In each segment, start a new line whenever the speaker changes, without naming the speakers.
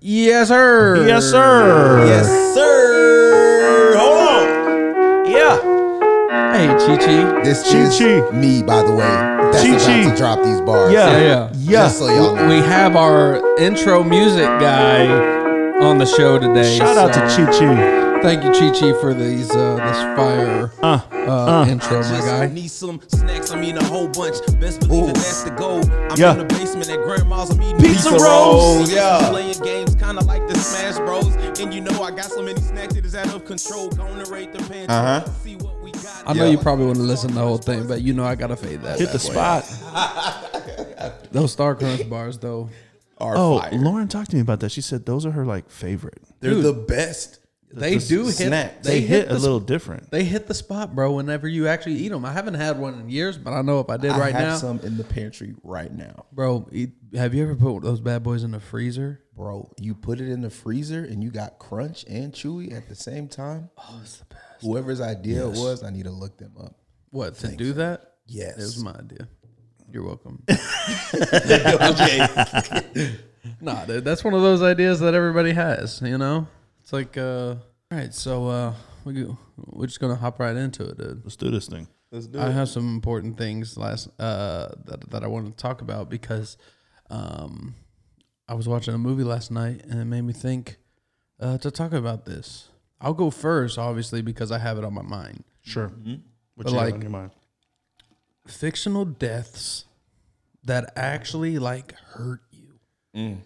Yes, sir.
Yes, sir.
Yes,
sir. Hold on. Yeah.
Hey, Chi Chi.
This
Chi
is
Chi.
me, by the way. That's
Chi
about
Chi.
to drop these bars.
Yeah.
Yeah, yeah.
Just so y'all know.
We have our intro music guy on the show today.
Shout out to
so
Chi Chi.
Thank you, Chi Chi, for these uh, this fire
Uh,
uh,
uh.
intro, my
Just
guy.
need some snacks. I mean a whole bunch. Best believe that that's the goal. I'm
Yeah.
in the basement at grandma's. I'm eating
Pizza rolls,
See,
yeah.
Playing games, kind of like the Smash Bros. And you know I got so many snacks it is out of control. Gonna rate the pantry.
Uh-huh.
See what we got.
I know you probably wouldn't listen to the whole thing, but you know I gotta fade that.
Hit the
bad boy.
spot.
Those Star Crunch bars, though.
Are
Oh,
fire.
Lauren talked to me about that. She said those are her like favorite.
They're the best.
They do hit.
snacks.
They, hit,
a
the
little different.
They hit the spot, bro. Whenever you actually eat them, I haven't had one in years, but I know if I did
I
right
have
now,
some in the pantry right now.
bro. Eat, have you ever put those bad boys in the freezer?
Bro, you put it in the freezer and you got crunch and chewy at the same time. Oh, it's the best. Whoever's idea it was, I need to look them up.
What to do that?
Yes.
it was my idea. You're welcome.
okay.
nah, dude, that's one of those ideas that everybody has. You know, it's like, uh, all right, so uh, we go, we're just gonna hop right into it, dude.
Let's do this thing.
I have some important things last uh, that that I wanted to talk about because um, I was watching a movie last night and it made me think uh, to talk about this. I'll go first, obviously, because I have it on my mind.
Sure. What
Mm-hmm. But
you like,
like-
on your mind?
Fictional deaths that actually like hurt you,
Mm.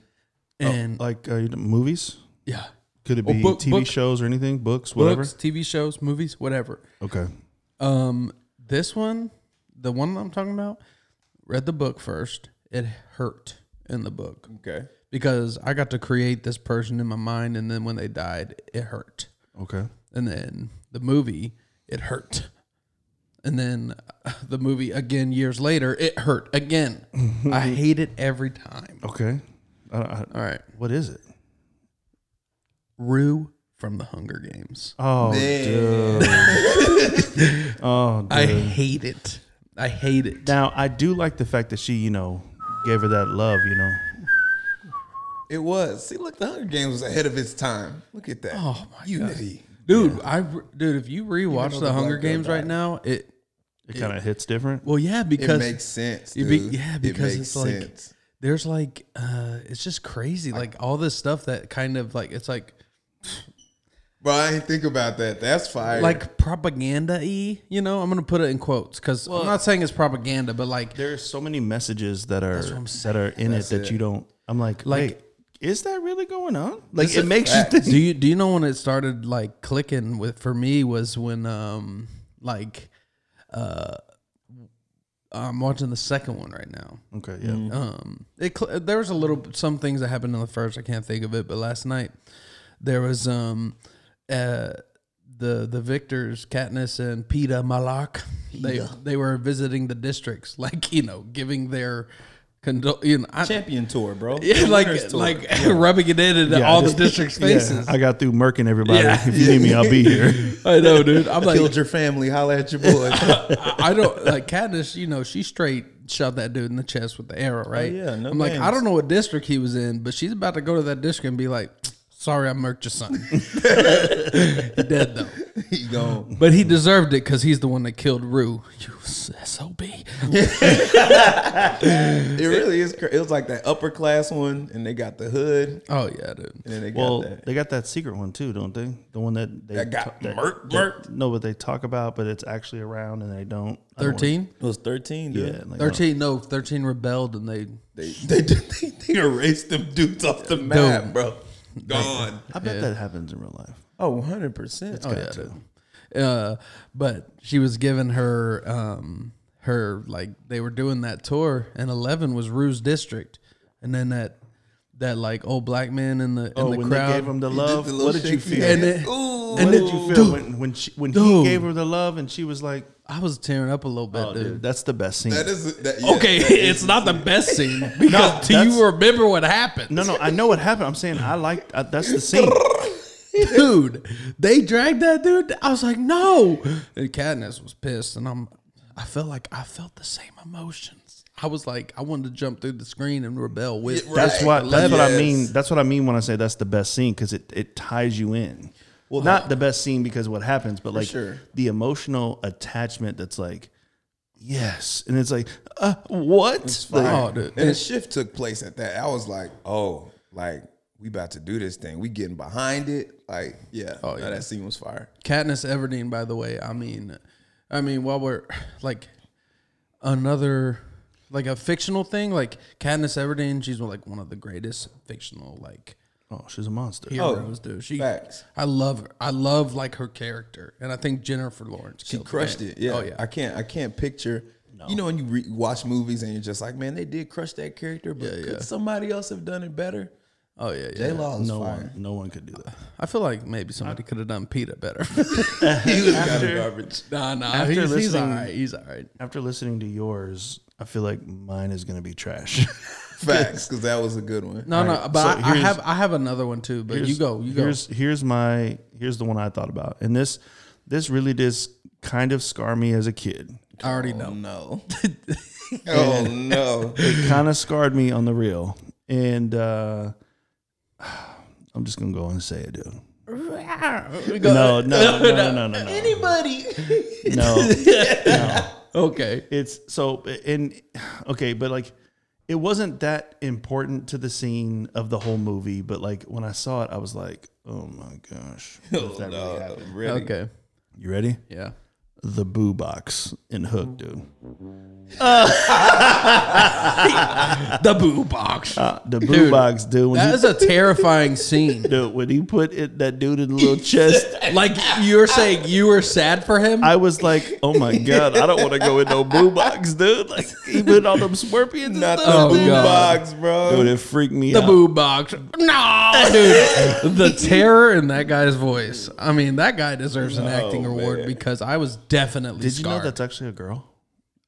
and
Like uh, movies?
yeah,
Could it
Oh,
be
book-
TV
book-
shows or anything? Books, whatever.
books, TV shows, movies, whatever.
Okay.
Um, this one, the one I'm talking about, read the book first. It hurt in the book.
Okay.
because I got to create this person in my mind, and then when they died, it hurt.
Okay.
And then the movie, it hurt. And then uh, the movie again years later, it hurt again. I hate it every time.
Okay. I, I,
All right,
what is it?
Rue from the Hunger Games.
Oh, dude. oh, dude.
I hate it. I hate it.
now I do like the fact that she, you know, gave her that love. You know,
It was. See, look, the Hunger Games was ahead of its time. Look at that.
Oh, my God.
Unity.
dude. I re- dude, if you rewatch
though
the,
the
Hunger
black girl
Games right
died.
now, it
it kind of hits different.
well, yeah,
It
because
makes sense.
You be-
dude.
yeah,
It
because
makes
it's like there's like uh it's just crazy. Like all this stuff that kind of like it's like
Bro, I didn't think about that. That's fire.
like propaganda y, you know, I'm gonna put it in quotes because I'm not saying it's propaganda, but like
There are so many messages that are
what I'm
that are in it that you don't. I'm like,
Like-
wait, is that really going on? Like,
This
it
is
makes
facts.
do
you think.
you do you know when it started like clicking with for me was when um like uh I'm watching the second one right now.
Okay, yeah.
um it cl- there was a little some things that happened in the first i can't think of it but last night there was um uh the the victors Katniss and Peta Malak they they were visiting the districts like you know giving their condo- you know I,
champion tour, bro.
yeah,
Winners
like
tour.
like rubbing it in into
Yeah,
all
just-
the districts
yeah,
faces
I got through murking everybody.
Yeah.
If you need me, I'll be here.
I, know dude I'm like
killed your family. Holla at your boy.
I, I don't like Katniss. You know, she straight shot that dude in the chest with the arrow, right?
Oh, yeah, no
I'm like, I
games.
don't know what district he was in, but she's about to go to that district and be like, "Sorry, I murked your son." he dead though,
he gone.
but he deserved it because he's the one that killed Rue. You sob.
It really is. Cra- it was like that upper class one, and they got the hood,
Oh yeah, dude.
and then they
Well,
got that.
they got that secret one too, don't they? The one that they
That got
ta- that-
murked,
that-
murked.
No, but they talk about, but it's actually around and they don't. I don't wanna-
Thirteen.
It was thirteen,
Yeah,
dude.
like, no.
Thirteen. No, thirteen rebelled and they.
They, they they they erased them dudes off the map, bro. Gone.
I bet that happens in real life.
Oh, 100 percent.
Oh yeah, dude. Uh, but she was giving her um her like they were doing that tour, and Eleven was Rue's district, and then that that like old black man in the in
Oh,
the
when
crowd.
they gave him the love,
the
what
little
did you
shaky
feel?
and it,
Ooh,
what
and
did
it-
you feel when when she, when he
Dude.
gave her the love and she was like, oh,
I was tearing up a little bit, dude.
that's the best scene."
that is that, yeah.
Okay, it's not the best scene because do
that's-
you remember what happened?
no, no, I know what happened. I'm saying I like uh, that's the scene.
dude, they dragged that dude. I was like, no. And Katniss was pissed, and I'm. I felt like I felt the same emotions. I was like, I wanted to jump through the screen and rebel with.
That's
that.
what that's what I
Yes.
mean. That's what I mean when I say that's the best scene because it, it ties you in. Well, not the best scene because of what happens, but like
sure.
the emotional attachment. That's like yes, and it's like uh, what? Like,
Oh, dude.
And
It-
a shift took place at that. I was like, oh, like we about to do this thing. We getting behind it. Like, yeah. Oh,
yeah.
that scene was fire.
Katniss Everdeen, by the way, I mean, I mean, while we're like another like a fictional thing, like Katniss Everdeen, she's like one of the greatest fictional like
oh, she's a monster.
heroes, dude. She,
facts.
I love her. I love like her character, and I think Jennifer Lawrence,
She crushed it. Yeah.
Oh yeah.
I can't. I can't picture. You know, when you re- watch movies and you're just like, man, they did crush that character, but
yeah.
could somebody else have done it better?
oh yeah.
J
Yeah.
Law is
No
fire.
one, no one could do that.
I feel like maybe somebody could have done Peter better.
he was kind of garbage.
nah, nah.
After
he's, he's
listening-
all right. He's all right.
After listening to yours, I feel like mine is gonna be trash.
Facts, because that was a good one.
No, no. But
so
I, I
here's-
have I have another one too. But you
Here's-
go. You go.
Here's here's my here's the one I thought about, and this this really does kind of scar me as a kid.
I already know.
No. oh no.
it kind of scarred me on the real. And uh, I'm just gonna go and say it, dude. No, no, no, no, no, no, no. Anybody? No,
Okay.
it's so and okay, but like it wasn't that important to the scene of the whole movie. But like when I saw it, I was like, oh my gosh, what if that really happened?
Really?
Okay.
You ready?
Yeah.
The boo box in Hook, dude.
The boo box.
Uh, the boo box, dude. When
That
he,
is a terrifying scene.
dude, when he put it, that dude in the little chest,
Like you're saying, you were sad for him.
I was like, oh my god, I don't want to go in no boo box, dude. Like he put all them scorpions.
Not
Not
the
Oh,
blue
God.
box, bro.
dude, it freaked me
the
out.
boo box. No, dude. the terror in that guy's voice. I mean, that guy deserves an acting award because I was definitely.
Did you know
scarred.
that's actually a girl?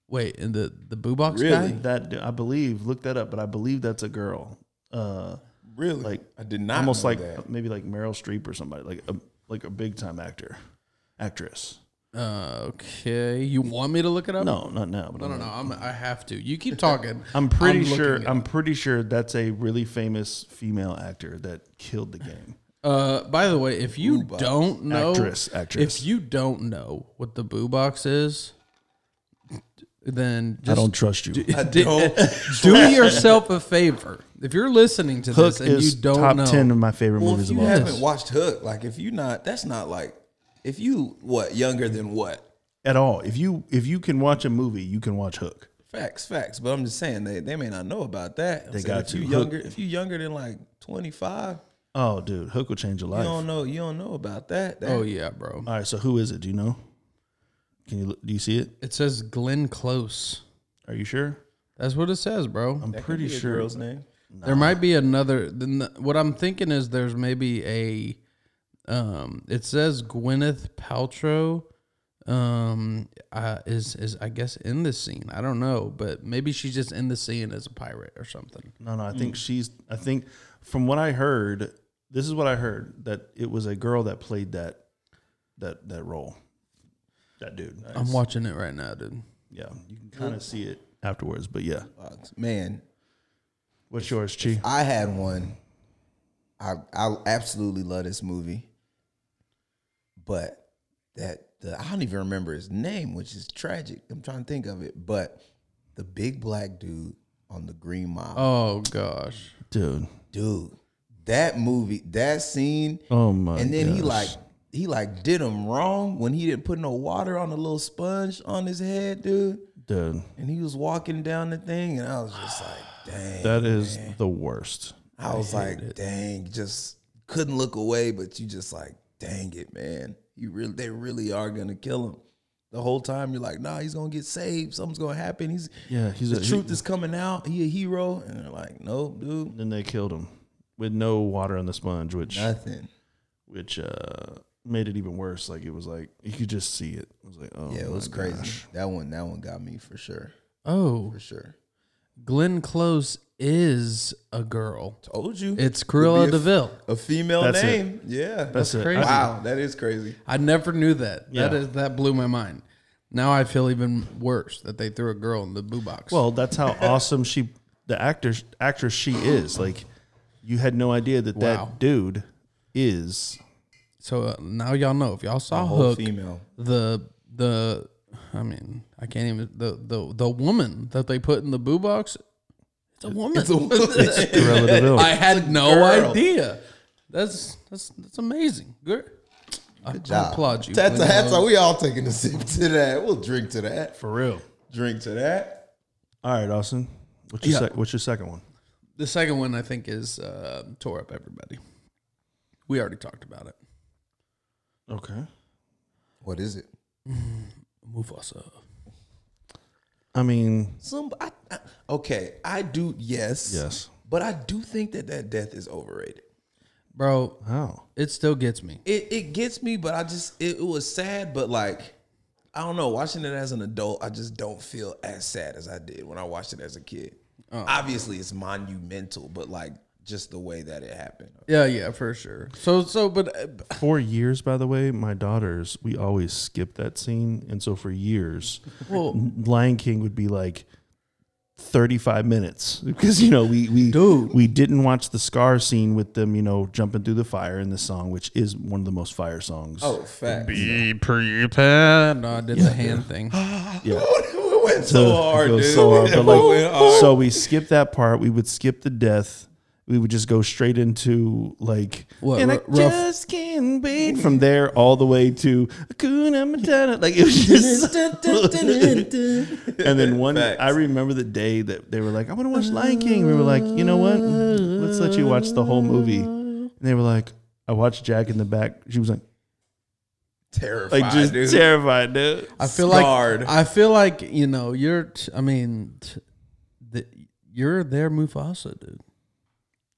Wait, and the the boo box guy.
That I believe. Look that up, but I believe that's a girl. Uh,
really?
like
I did not
almost
know
like
that.
maybe like Meryl Streep or somebody, like a like a big time actor, actress.
Uh, okay, you want me to look it up?
No, not now. But
no, no, no. I'm, I have to. You keep talking.
I'm pretty
looking
sure.
it
I'm pretty sure that's a really famous female actor that killed the game.
Uh, by the way, if you don't know,
Actress, actress.
if you don't know what the boo box is, then just
trust you.
do, do yourself a favor. If you're listening to
Hook
this and you
is
don't
top
know,
ten of my favorite
Well,
movies
if you
of all time.
haven't watched Hook, like if you not, that's not like if you what younger than what.
at all. If you if you can watch a movie, you can watch Hook.
Facts, facts. But I'm just saying they, they may not know about that. I'm
They
saying
got
if
to.
you
Hook-
younger if you younger than like 25,
Oh, dude, Hook will change your
you
life.
don't know you don't know about that. That-
oh yeah, bro.
all right, so who is it? Do you know? Can you look- do you see it?
It says Glenn Close.
Are you sure?
That's what it says, bro.
I'm pretty
be a
sure.
girl's name.
There might be another. then the- What I'm thinking is there's maybe a. Um, it says Gwyneth Paltrow. Um, uh, is is I guess in this scene. I don't know, but maybe she's just in the scene as a pirate or something.
No, no, I think she's. I think from what I heard, this is what I heard that it was a girl that played that that that role. That dude.
I'm watching it right now, dude.
Yeah, you can kind of see it afterwards, but yeah.
Fox. Man,
What's yours, Chi?
I had one. I I absolutely love this movie. But that the I don't even remember his name, which is tragic. I'm trying to think of it. But the big black dude on the green mile.
Oh gosh,
Dude.
Dude, that movie, that scene,
Oh my.
and then he
gosh.
like he like did him wrong when he didn't put no water on the little sponge on his head, dude.
dude.
And he was walking down the thing, and I was just like, dang.
That is the worst.
I was like, dang, just couldn't look away, but you just like, dang it, man. You really they really are gonna kill him. The whole time you're like, nah, he's gonna get saved, something's gonna happen. He's
Yeah, he's
the
a,
truth is coming out, he a hero. And they're like, nope, dude,
Then they killed him with no water on the sponge, which
nothing.
which uh, made it even worse. Like it was like you could just see it. It was like oh
Yeah, it
my
was crazy.
gosh.
That one, that one got me for sure.
oh,
For sure.
Glenn Close is a girl.
Told you.
It's Cruella
Could be a f-
Deville.
A female
That's it.
name. Yeah.
That's, it.
crazy.
I-
wow, that is crazy.
I never knew that.
Yeah.
That is that blew my mind. Now I feel even worse that they threw a girl in the boo box.
Well, that's how awesome she, the actor, actress she is. Like, you had no idea that
Wow.
that dude is.
so uh, now y'all know if y'all saw
whole
Hook,
female.
the the, I mean, I can't even the the the woman that they put in the boo box. It's a woman.
Relative ill.
I had no
girl.
idea. That's that's that's amazing. Good. I
Nah,
applaud you.
That's
Windows.
that's how we all taking a sip to that. We'll drink to that.
For real.
Drink to that.
All right, Austin. What's your,
Yeah.
sec- what's your second one?
The second one I think is uh, tore up everybody. We already talked about it.
Okay.
What is it?
Mufasa.
I mean,
Some I, I, okay. I do yes.
Yes.
But I do think that that death is overrated.
Bro,
how?
it still gets me.
It it gets me, but I just it, it was sad, but like I don't know. Watching it as an adult, I just don't feel as sad as I did when I watched it as a kid. Obviously, it's monumental, but like just the way that it happened.
Yeah, yeah, for sure. So so but uh,
For years, by the way, my daughters, we always skip that scene. And so for years,
well,
Lion King would be like 35 minutes because you know we we
Dude.
we didn't watch the scar scene with them you know jumping through the fire in the song which is one of the most fire songs
Oh, fact.
be prepared. No, I uh, did the hand thing.
yeah
it went
to-
so hard,
it goes
dude. Oh,
so hard, but
It
like,
went hard.
so we skip that part. We would skip the death. We would just go straight into like,
What,
and I
ru- rough-
just can't wait from there all the way to Hakuna Matata. Like it was just, and then one. I remember the day that they were like, "I want to watch Lion King." We were like, "You know what? Let's let you watch the whole movie." And they were like, "I watched Jack in the back." She was like,
terrified,
like just
dude.
terrified, dude.
I feel
Scarred.
like I feel like, you know, you're t- I mean, t- the, you're their Mufasa, dude.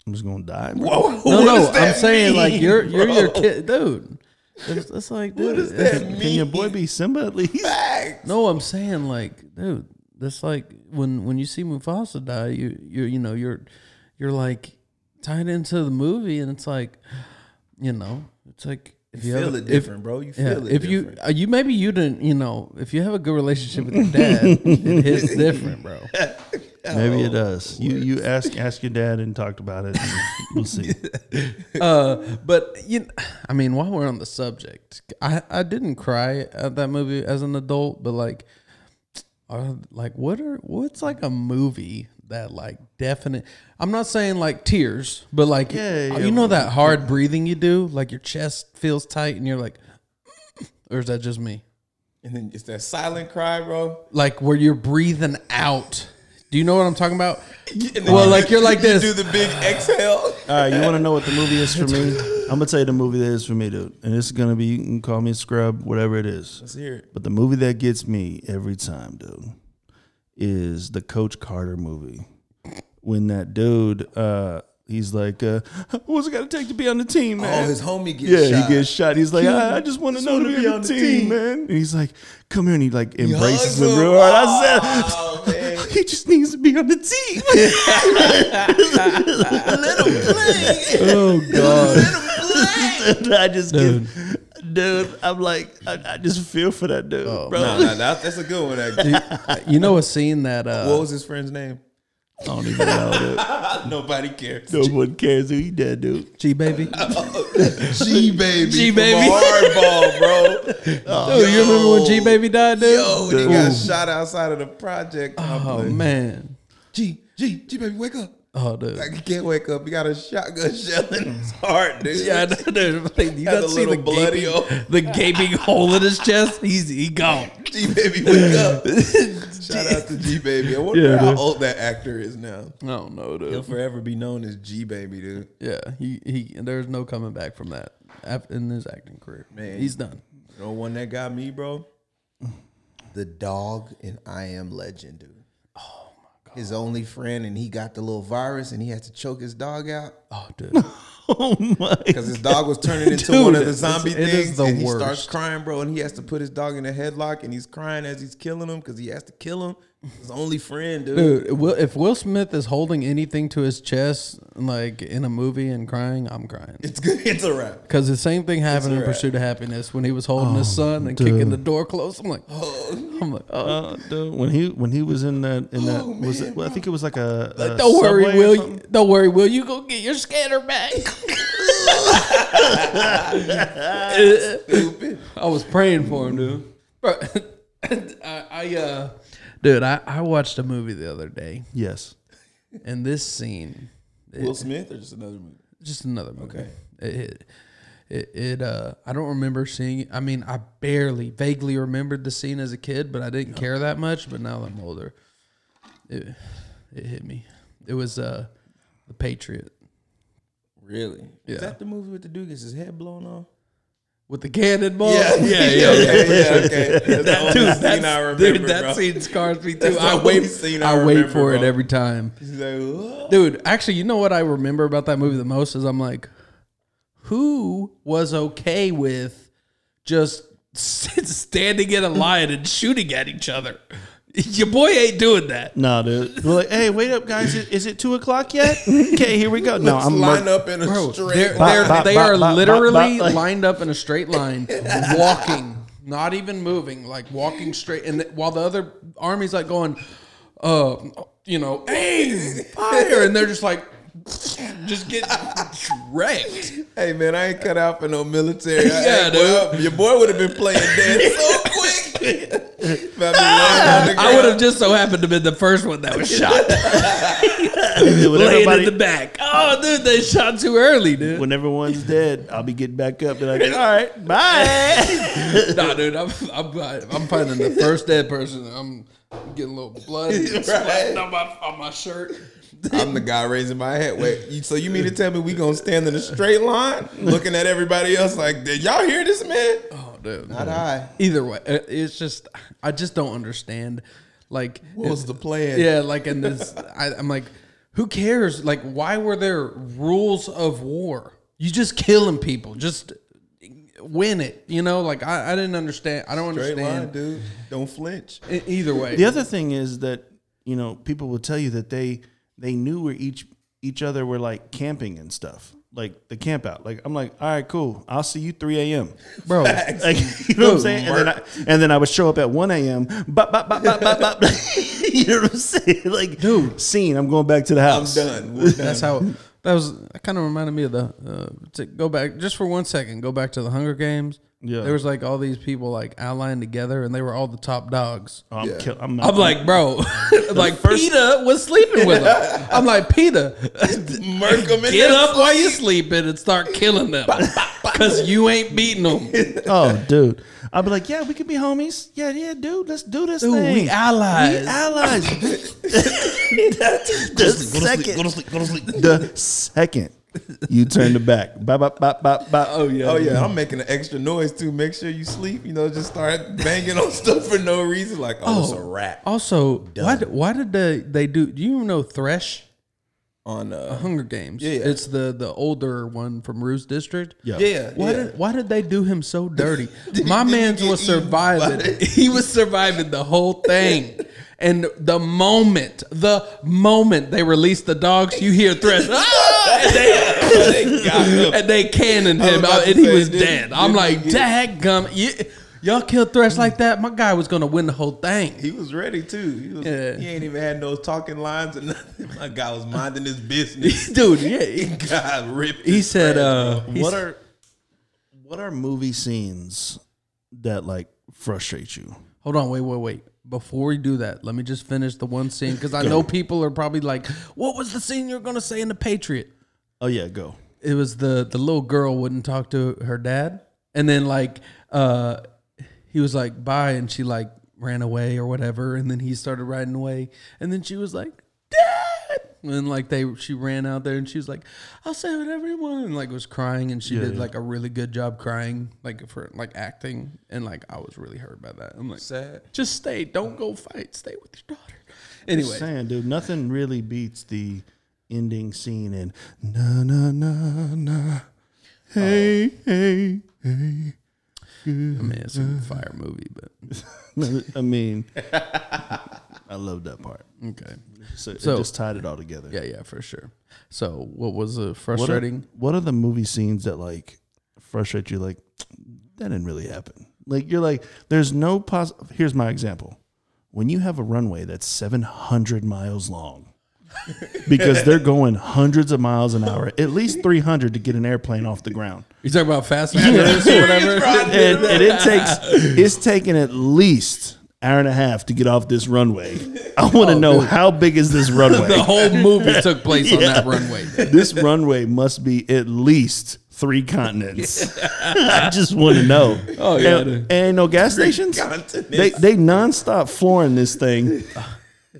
I'm just gonna die. bro.
Whoa,
No,
Oh,
no,
what does
I'm
that
saying like
mean,
you're you're your
bro?
kid, dude. It's, it's like, dude,
does
it's-
that
Can your boy be Simba at least?
Facts.
No, I'm saying like, dude, that's like when when you see Mufasa die, you you you know you're you're like tied into the movie, and it's like, you know, it's like if you,
feel
have a-
it
if-
different, bro. You
yeah,
feel it
if
different.
you uh, you maybe you didn't you know if you have a good relationship with your dad, it hits different, bro.
Maybe
Oh,
it does. You you ask ask your dad and talked about it. and we'll see.
But you, kn- I mean, while we're on the subject, I I didn't cry at that movie as an adult, but like, uh, like what are what's like a movie that like definite? I'm not saying like tears, but like
Yeah, yeah,
you know that hard breathing you do, like your chest feels tight and you're like, or is that just me?
and then it's that silent cry, bro.
Like where you're breathing out. Do you know what I'm talking about?
And then
Well,
you
like
do-
you're like
you
this.
do the big exhale.
All right, you want to know what the movie is for me? I'm gonna tell you the movie that is for me, dude. And it's gonna be you can call me a scrub, whatever it is.
Let's hear it.
But the movie that gets me every time, dude, is the Coach Carter movie. When that dude, uh, he's like, uh, "What's it gotta take to be on the team, man?"
Oh, his homie gets
Yeah,
shot.
he gets shot. He's like, I, I just want to know to be, on the team, man. And he's like, come here, and he like embraces
hugs
him
him.
real hard. I
Oh,
said,
man.
he just needs to be on the team. oh god, I just dude. get, dude. Oh, I'm like, I, I just feel for that dude, bro.
Nah, nah, that, that's a good one. Actually.
You know a scene that uh,
what was his friend's name?
I don't even know,
Nobody cares.
dude. No one cares who he dead, dude.
G baby.
G baby,
G Baby.
hardball, bro.
Dude, you remember when G baby died, dude?
Oh, Yo, when he got shot outside of the project.
oh
complex.
man.
G, G, G baby, wake up.
Oh dude.
Like, he can't wake up. He got a shotgun shell in his heart, dude.
Yeah, I know, dude. Like, you
Had
got
a
to see
little
the
bloody
gaping,
hole.
the gaping hole in his chest. He's he gone.
G baby, wake up. Shout out to G baby. I wonder how old that actor is now.
I don't know,
He'll
dude.
forever be known as G baby, dude.
Yeah, he he. There's no coming back from that af- in his acting career. Man,
Man.
he's done.
You know one that got me, bro? The dog in I Am Legend, dude. Oh my god. His only friend, and he got the little virus, and he had to choke his dog out
Oh, dude.
Oh my.
because his dog was turning into
Dude,
one of the
it's-
zombie
it is
things.
the
and
worst.
he starts crying, bro, and he has to put his dog in a headlock, and he's crying as he's killing him because he has to kill him His only friend, dude.
Dude, Will, if Will Smith is holding anything to his chest, like in a movie and crying, I'm crying.
It's good. It's a wrap.
Because the same thing happened in Pursuit of Happiness when he was holding his son and kicking the door closed. I'm like, I'm like, oh.
Uh, dude, when he when he was in that in that was it, I think it was Oh, like a, a
Don't worry,
Subway or
Will.
something.
You, don't worry, Will. You go get your scanner back. I was praying for him, dude. Bro, I, I uh, dude, I, I watched a movie the other day,
Yes.
and this scene,
Will Smith or just another movie?
just another movie. It, it, it, it, uh, I don't remember seeing. I mean, I barely, vaguely remembered the scene as a kid, but I didn't care that much. But now that I'm older, it, it hit me. It was uh, the Patriot.
Really?
Yeah.
Is that the movie with the dude gets his head blown off?
with the cannonball.
yeah, yeah, yeah. Okay. That's the only
Dude,
scene
that's,
I remember,
dude, that
bro.
scene scars me too.
That's the
I
only
wait,
scene
I,
I
wait
remember,
for it
bro.
every time,
He's like, "Whoa."
dude. Actually, you know what I remember about that movie the most is I'm like, who was okay with just standing in a line and shooting at each other? Your boy ain't doing that.
No, dude. We're like, hey, wait up, guys. Is, is it two o'clock yet? Okay, here we go. No, I'm
line up in a
Bro,
straight.
they're,
line.
they're,
bop,
they
bop,
are
bop, bop,
literally
bop, like-
lined up in a straight line, walking, not even moving, like walking straight. And th- while the other army's like going, uh, you know, aim, fire, and they're just like, just get wrecked.
Hey man, I ain't cut out for no military. yeah,
Yeah,
dude. your boy would have been playing dead so quick. About to be laying on the
Ah, I would have
ground.
just so happened to be the first one that was shot,
when,
laying in the
everybody,
back. Oh, dude, they shot too early, dude.
when everyone's dead, I'll be getting back up. They're like, all right, bye.
nah, dude, I'm, I'm I'm finding the first dead person. I'm getting a little blood and sweat on my on my shirt.
I'm the guy raising my head. Wait, you, so you mean to tell me we gonna stand in a straight line, looking at everybody else like, did y'all hear this man?
Oh, dude.
Not I.
Either way, uh, it's just I just don't understand. Like,
What was the plan?
yeah, like in this, I, I'm like, who cares? Like, why were there rules of war? You just killing people, just win it. You know, like I, I didn't understand. I don't
Straight line,
understand.
dude. Don't flinch.
E- Either way,
The other thing is that you know people will tell you that they they knew where each each other were like camping and stuff, like the camp out. Like I'm like, all right, cool. I'll see you 3 a.m.
bro.
Like you know what I'm saying? And then I and then I would show up at 1 a.m. Bop bop bop bop bop bop. you know what I'm saying? Like, dude, scene. I'm going back to the
I'm
house.
done. We're done.
That's how that was. That kind of reminded me of the. Uh, to go back just for one second. Go back to the Hunger Games.
Yeah.
there was like all these people like outlined together, and they were all the top dogs.
Oh, I'm, kill- I'm,
I'm like, bro, like Peta was sleeping with him. I'm like, Peta,
Murk 'em in
get
there.
up while you sleeping and start killing them, cause you ain't beating them.
oh, dude. I'd be like, yeah, we could be homies. Yeah, yeah, dude. Let's do this thing.
we allies.
We allies. the second, The second you turn the back. Bop, bop, bop, bop, bop. Oh
Oh yeah, I'm making an extra noise too. Make sure you sleep. You know, just start banging on stuff for no reason. Like, oh, it's a rap
Also, why did, why did they they do? Do you know Thresh?
on uh,
Hunger Games.
Yeah, yeah.
it's the the older one from Ruse District.
Yeah.
yeah.
Why
yeah.
did why did they do him so dirty? My man's
get
was
eaten
surviving. He was surviving the whole thing. And the moment, the moment they released the dogs, you hear threats, "Ah!" and, they, and they cannoned
was
him,
about
out,
to
and he
say,
was
didn't-
dead. I'm
didn't
like,
we get-
dadgum, you, y'all killed threats like that. My guy was gonna win the whole thing.
He was ready too. He, was,
Yeah.
he ain't even had no talking lines or nothing. My guy was minding his business.
Dude, yeah.
God ripped.
He
his
said,
friend,
uh, he
What
s-
are what are movie scenes that like frustrate you?
Hold on, wait, wait, wait. Before we do that, let me just finish the one scene because I know people are probably like, "What was the scene you're gonna say in the Patriot?"
Oh yeah, go.
It was the the little girl wouldn't talk to her dad, and then like uh, he was like, "Bye," and she like ran away or whatever, and then he started riding away, and then she was like, "Dad." And like they, she ran out there and she was like, "I'll say whatever you want," and like was crying, and she did like a really good job crying, like for like acting, and like I was really hurt by that. I'm like,
sad.
just stay. Don't go fight. Stay with your daughter. Anyway,
Saying, dude, nothing really beats the ending scene in na na na na. Hey, hey, hey.
I mean, it's a fire movie, but
I mean, I love that part.
Okay.
So,
So-
it just tied it all together.
Yeah, yeah, for sure. So, what was the
What are,
frustrating?
what are the movie scenes that like frustrate you? Like that didn't really happen. Like you're like, there's no pos. Here's my example. When you have a runway that's 700 miles long, because they're going hundreds of miles an hour, at least 300 to get an airplane off the ground.
You talking about Fast and Furious or whatever?
and, and it takes it's taking at least hour and a half to get off this runway. I want to know how big is this runway?
the whole movie took place on that runway.
this runway must be at least three continents. I just want to know.
Oh, yeah,
and,
dude.
and ain't no gas stations. They they nonstop flooring this thing.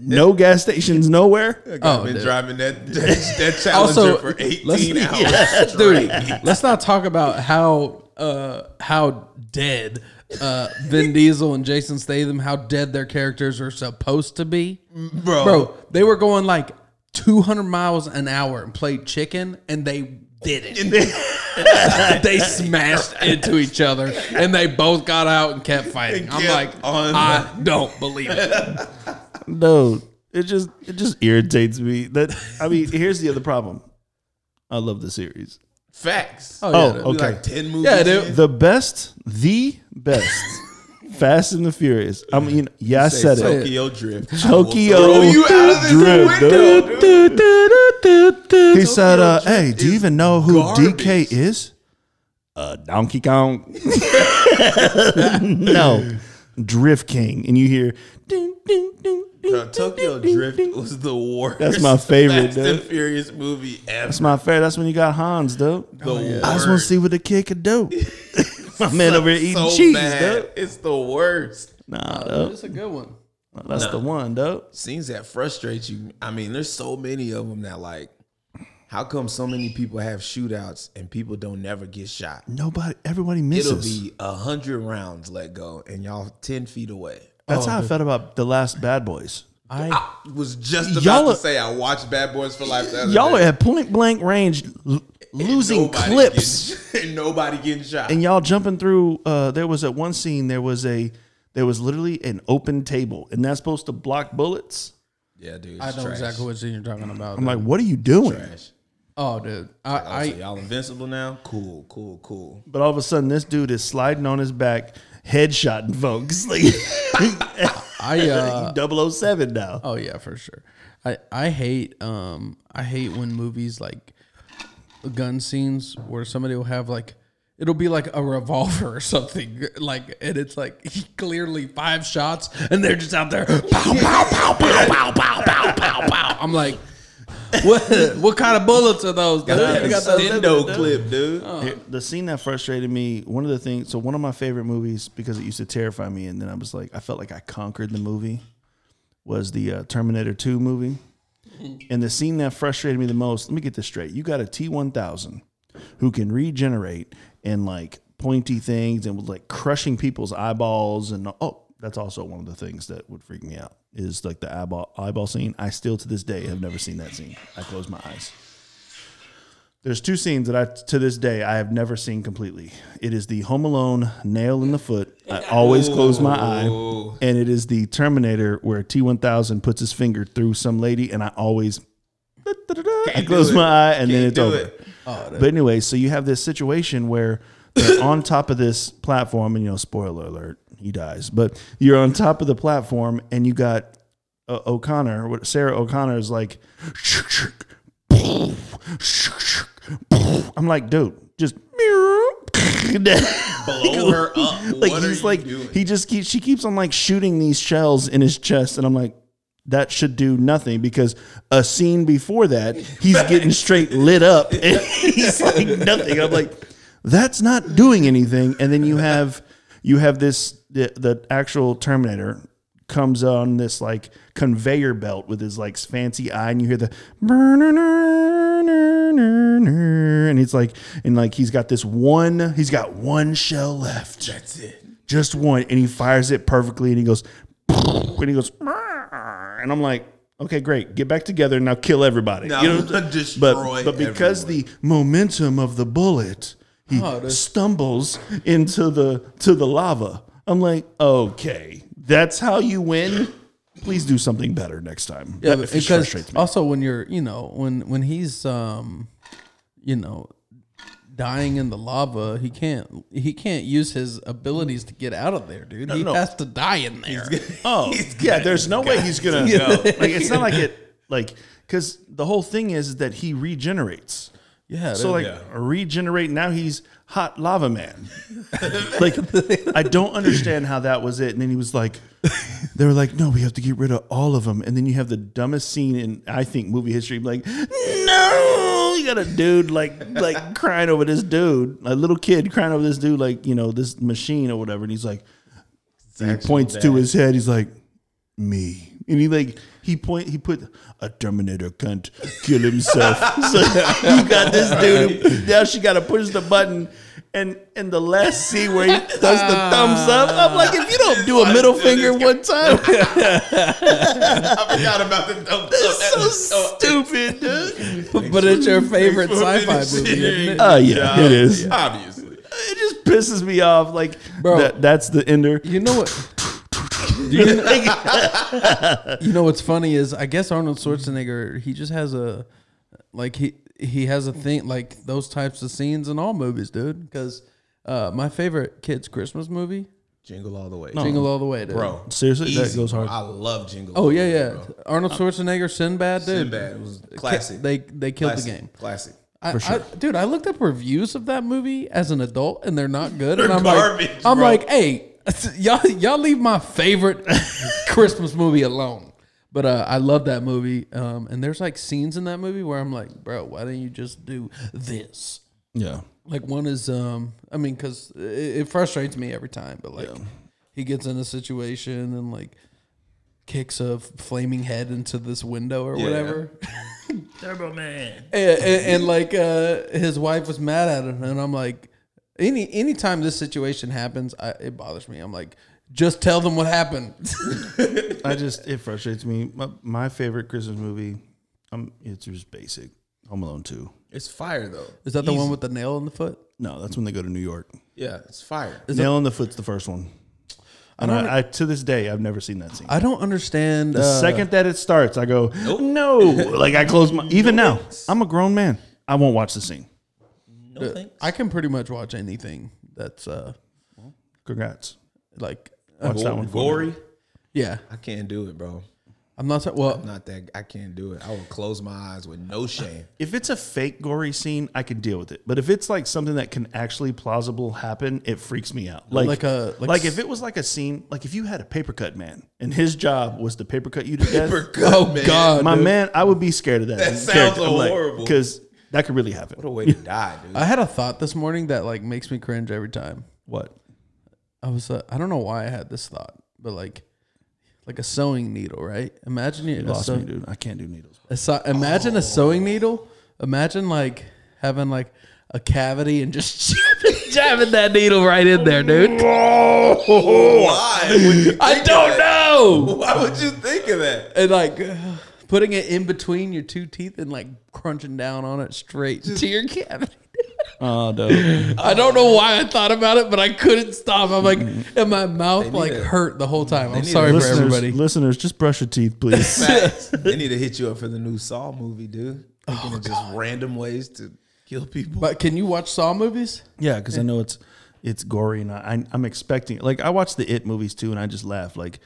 No gas stations nowhere.
Oh,
Been
dude.
driving that that, that challenger
Also,
for
let's-
eighteen hours.
dude, let's not talk about how uh, how dead uh, Vin Diesel and Jason Statham, how dead their characters are supposed to be, bro. Bro, they were going like 200 miles an hour and played chicken, and they didn't. they smashed into each other, and they both got out and kept fighting. I'm
kept
like,
on.
I don't believe it.
No, it just it just irritates me. That I mean, here's the other problem. I love the series.
Facts.
Oh,
Oh,
dude.
okay.
Like ten movies.
Yeah, dude.
the best, the best Fast and the Furious. I mean, yeah, I said
so.
it.
Tokyo Drift.
Tokyo
Throw you out of this
Drift.
window,
dude. He said, uh, "Hey, do you even know who DK is?" Uh, Donkey Kong. no, Drift King, and you hear. dun, dun, dun, dun,
Uh,
Bro, Tokyo Drift was the worst.
That's my favorite,
Fast and
dude.
Furious movie ever.
That's my fair. That's when you got Hans, dude.
The worst.
I just want to see what the kid could do. my man over here eating cheese, dude.
It's the worst.
Nah, dude.
That's a good one.
That's the one, dude.
Scenes that frustrate you. I mean, there's so many of them that like. How come so many people have shootouts and people don't never get shot?
Nobody, everybody
It'll
misses.
be a hundred rounds let go, and y'all ten feet away.
That's how I felt about the last Bad Boys.
I
I was just about
Y'all
to
are-
say I watched Bad Boys for Life. The other
Y'all are
day.
at point blank range, l- losing
Nobody
clips,
getting- and nobody getting shot.
and y'all jumping through. Uh, there was at one scene there was a there was literally an open table, and that's supposed to block bullets.
yeah, dude. It's
I know
trash.
exactly what scene you're talking about.
I'm like, what are you doing?
Trash.
oh, dude,
Oh,
I,
so
I
y'all invincible now? Cool, cool, cool.
But all of a sudden, this dude is sliding on his back, headshotting folks like
I uh,
007 now.
Oh yeah, for sure. I I hate um I hate when movies like gun scenes where somebody will have like it'll be like a revolver or something like and it's like clearly five shots and they're just out there pow pow pow pow pow pow pow pow pow. I'm like what what kind of bullets are those? dude? You got those-
Stendo clip, dude.
Here- the scene that frustrated me, one of the things, so one of my favorite movies because it used to terrify me, and then I was like, I felt like I conquered the movie, was the uh, Terminator 2 movie. And the scene that frustrated me the most, let me get this straight. You got a T 1000 who can regenerate and like pointy things and was like crushing people's eyeballs. And oh, that's also one of the things that would freak me out is like the eyeball, eyeball scene. I still to this day have never seen that scene. I close my eyes. There's two scenes that I to this day I have never seen completely. It is the Home Alone nail in the foot. I always close my eye, and it is the Terminator where T1000 puts his finger through some lady, and I always I close
do it.
my eye and then it's
Can't do
over.
it. Oh,
but anyway, so you have this situation where they're on top of this platform, and you know, spoiler alert, he dies. But you're on top of the platform, and you got uh, O'Connor, what- Sarah O'Connor is like, I'm like, dude, just
Blow her up.
like
what
he's
are
like
you doing?
he just keeps she keeps on like shooting these shells in his chest, and I'm like, that should do nothing because a scene before that he's getting straight lit up, and he's like nothing. I'm like, that's not doing anything. And then you have you have this the, the actual Terminator comes on this like conveyor belt with his like fancy eye and you hear the and it's like and like he's got this one he's got one shell left
That's it.
just one, and he fires it perfectly, and he goes, and he goes, and I'm like, okay, great, get back together, now kill everybody.
Now
what I'm saying?
destroy
but but because the momentum of the bullet, he
Oh,
stumbles into the to the lava. I'm like, okay, that's how you win. Please do something better next time.
Yeah,
That
but-
frustrates
because also when you're, you know, when when he's, um, you know, dying in the lava, he can't he can't use his abilities to get out of there, dude. he
no.
has to die in there.
Oh, yeah. There's no way he's gonna. Like it's not like it. Like because the whole thing is that he regenerates.
Yeah.
So
dude.
like regenerate. Now he's hot lava man. like I don't understand how that was it. And then he was like, they were like, no, we have to get rid of all of them. And then you have the dumbest scene in I think movie history. Like no, you got a dude like like crying over this dude, a little kid crying over this dude, like you know this machine or whatever. And he's like, he points to his head. He's like, me. And he like he point he put a Terminator cunt kill himself. so you got this dude. who- Now she got to push the button, and and the last scene where he does the thumbs up. I'm like, if you don't do a middle finger one time,
I forgot about the thumbs up.
so stupid, dude.
but it's your favorite sci-fi movie. isn't it?
Oh yeah, it is.
Obviously.
It just pisses me off. Like,
Bro.
that, that's the ender.
You know what? you, know, you know what's funny is I guess Arnold Schwarzenegger he just has a like he he has a thing like those types of scenes in all movies, dude. Because uh, my favorite kids Christmas movie,
Jingle all the way.
Jingle All the Way, dude.
Uh-huh. Bro.
Seriously, that
Easy,
goes
bro.
hard.
I love Jingle.
Oh
All
yeah,
the Way,
yeah.
bro. Uh,
Arnold Schwarzenegger, Sinbad, dude.
Sinbad. It was classic.
They they killed
classic,
the game.
Classic.
I, I, dude, I looked up reviews of that movie as an adult, and they're not good. and I'm
garbage,
like, I'm
bro.
like, hey, y'all, y'all leave my favorite Christmas movie alone. But uh, I love that movie, um, and there's like scenes in that movie where I'm like, bro, why didn't you just do this?
Yeah.
Like one is, um, I mean, because it, it frustrates me every time. But like, he gets in a situation and like kicks a flaming head into this window or whatever.
Turbo Man.
and, and, and, like uh, his wife was mad at him, and I'm like, any anytime this situation happens, I, it bothers me. I'm like, just tell them what happened.
I just it frustrates me. My, my favorite Christmas movie, um, it's just basic. Home Alone Two.
It's fire though.
Is that the one with the nail in the foot?
No, that's when they go to New York.
Yeah, it's fire.
Nail on the Foot's the first one. And I, I to this day I've never seen that scene.
I don't understand.
the
uh,
second that it starts, I go no. Like I close my even now. I'm a grown man. I won't watch the scene.
No thanks.
I can pretty much watch anything that's uh,
Congrats.
like, uh,
Watch that one. For me.
Gory.
yeah.
I can't do it, bro.
I'm not. sa- Well,
Not that I can't do it. I will close my eyes with no shame.
If it's a fake gory scene, I can deal with it. But if it's like something that can actually plausible happen, it freaks me out. Like
Like a-
like,
like
if it was like a scene, like if you had a paper cut man and his job was to paper cut you to death.
oh god,
my
dude.
man, I would be scared of that.
sounds horrible.
Because that could really happen.
What a way to die, dude.
I had a thought this morning that like makes me cringe every time.
What?
I was uh, I don't know why I had this thought, but like like a sewing needle, right? Imagine you
Lost me, dude. I can't do needles.
A sew- imagine a sewing needle. Imagine like having like a cavity and just jabbing that needle right in there, dude.
Why? would you think
I
of
don't
that?
know.
Why would you think of that?
And like putting it in between your two teeth and like crunching down on it straight to your cavity.
Oh, dude.
I don't know why I thought about it, but I couldn't stop. I'm like, and my mouth like
to-
hurt the whole time. I'm
need to
sorry for
listeners,
everybody.
listeners, just brush your teeth, please.
Facts. they need to hit you up for the new Saw movie, dude. Thinking of just random ways to kill people.
But can you watch Saw movies?
yeah, because I know it's it's gory, and I, I'm expecting. Like, I watch the It movies too, and I just laugh. Like,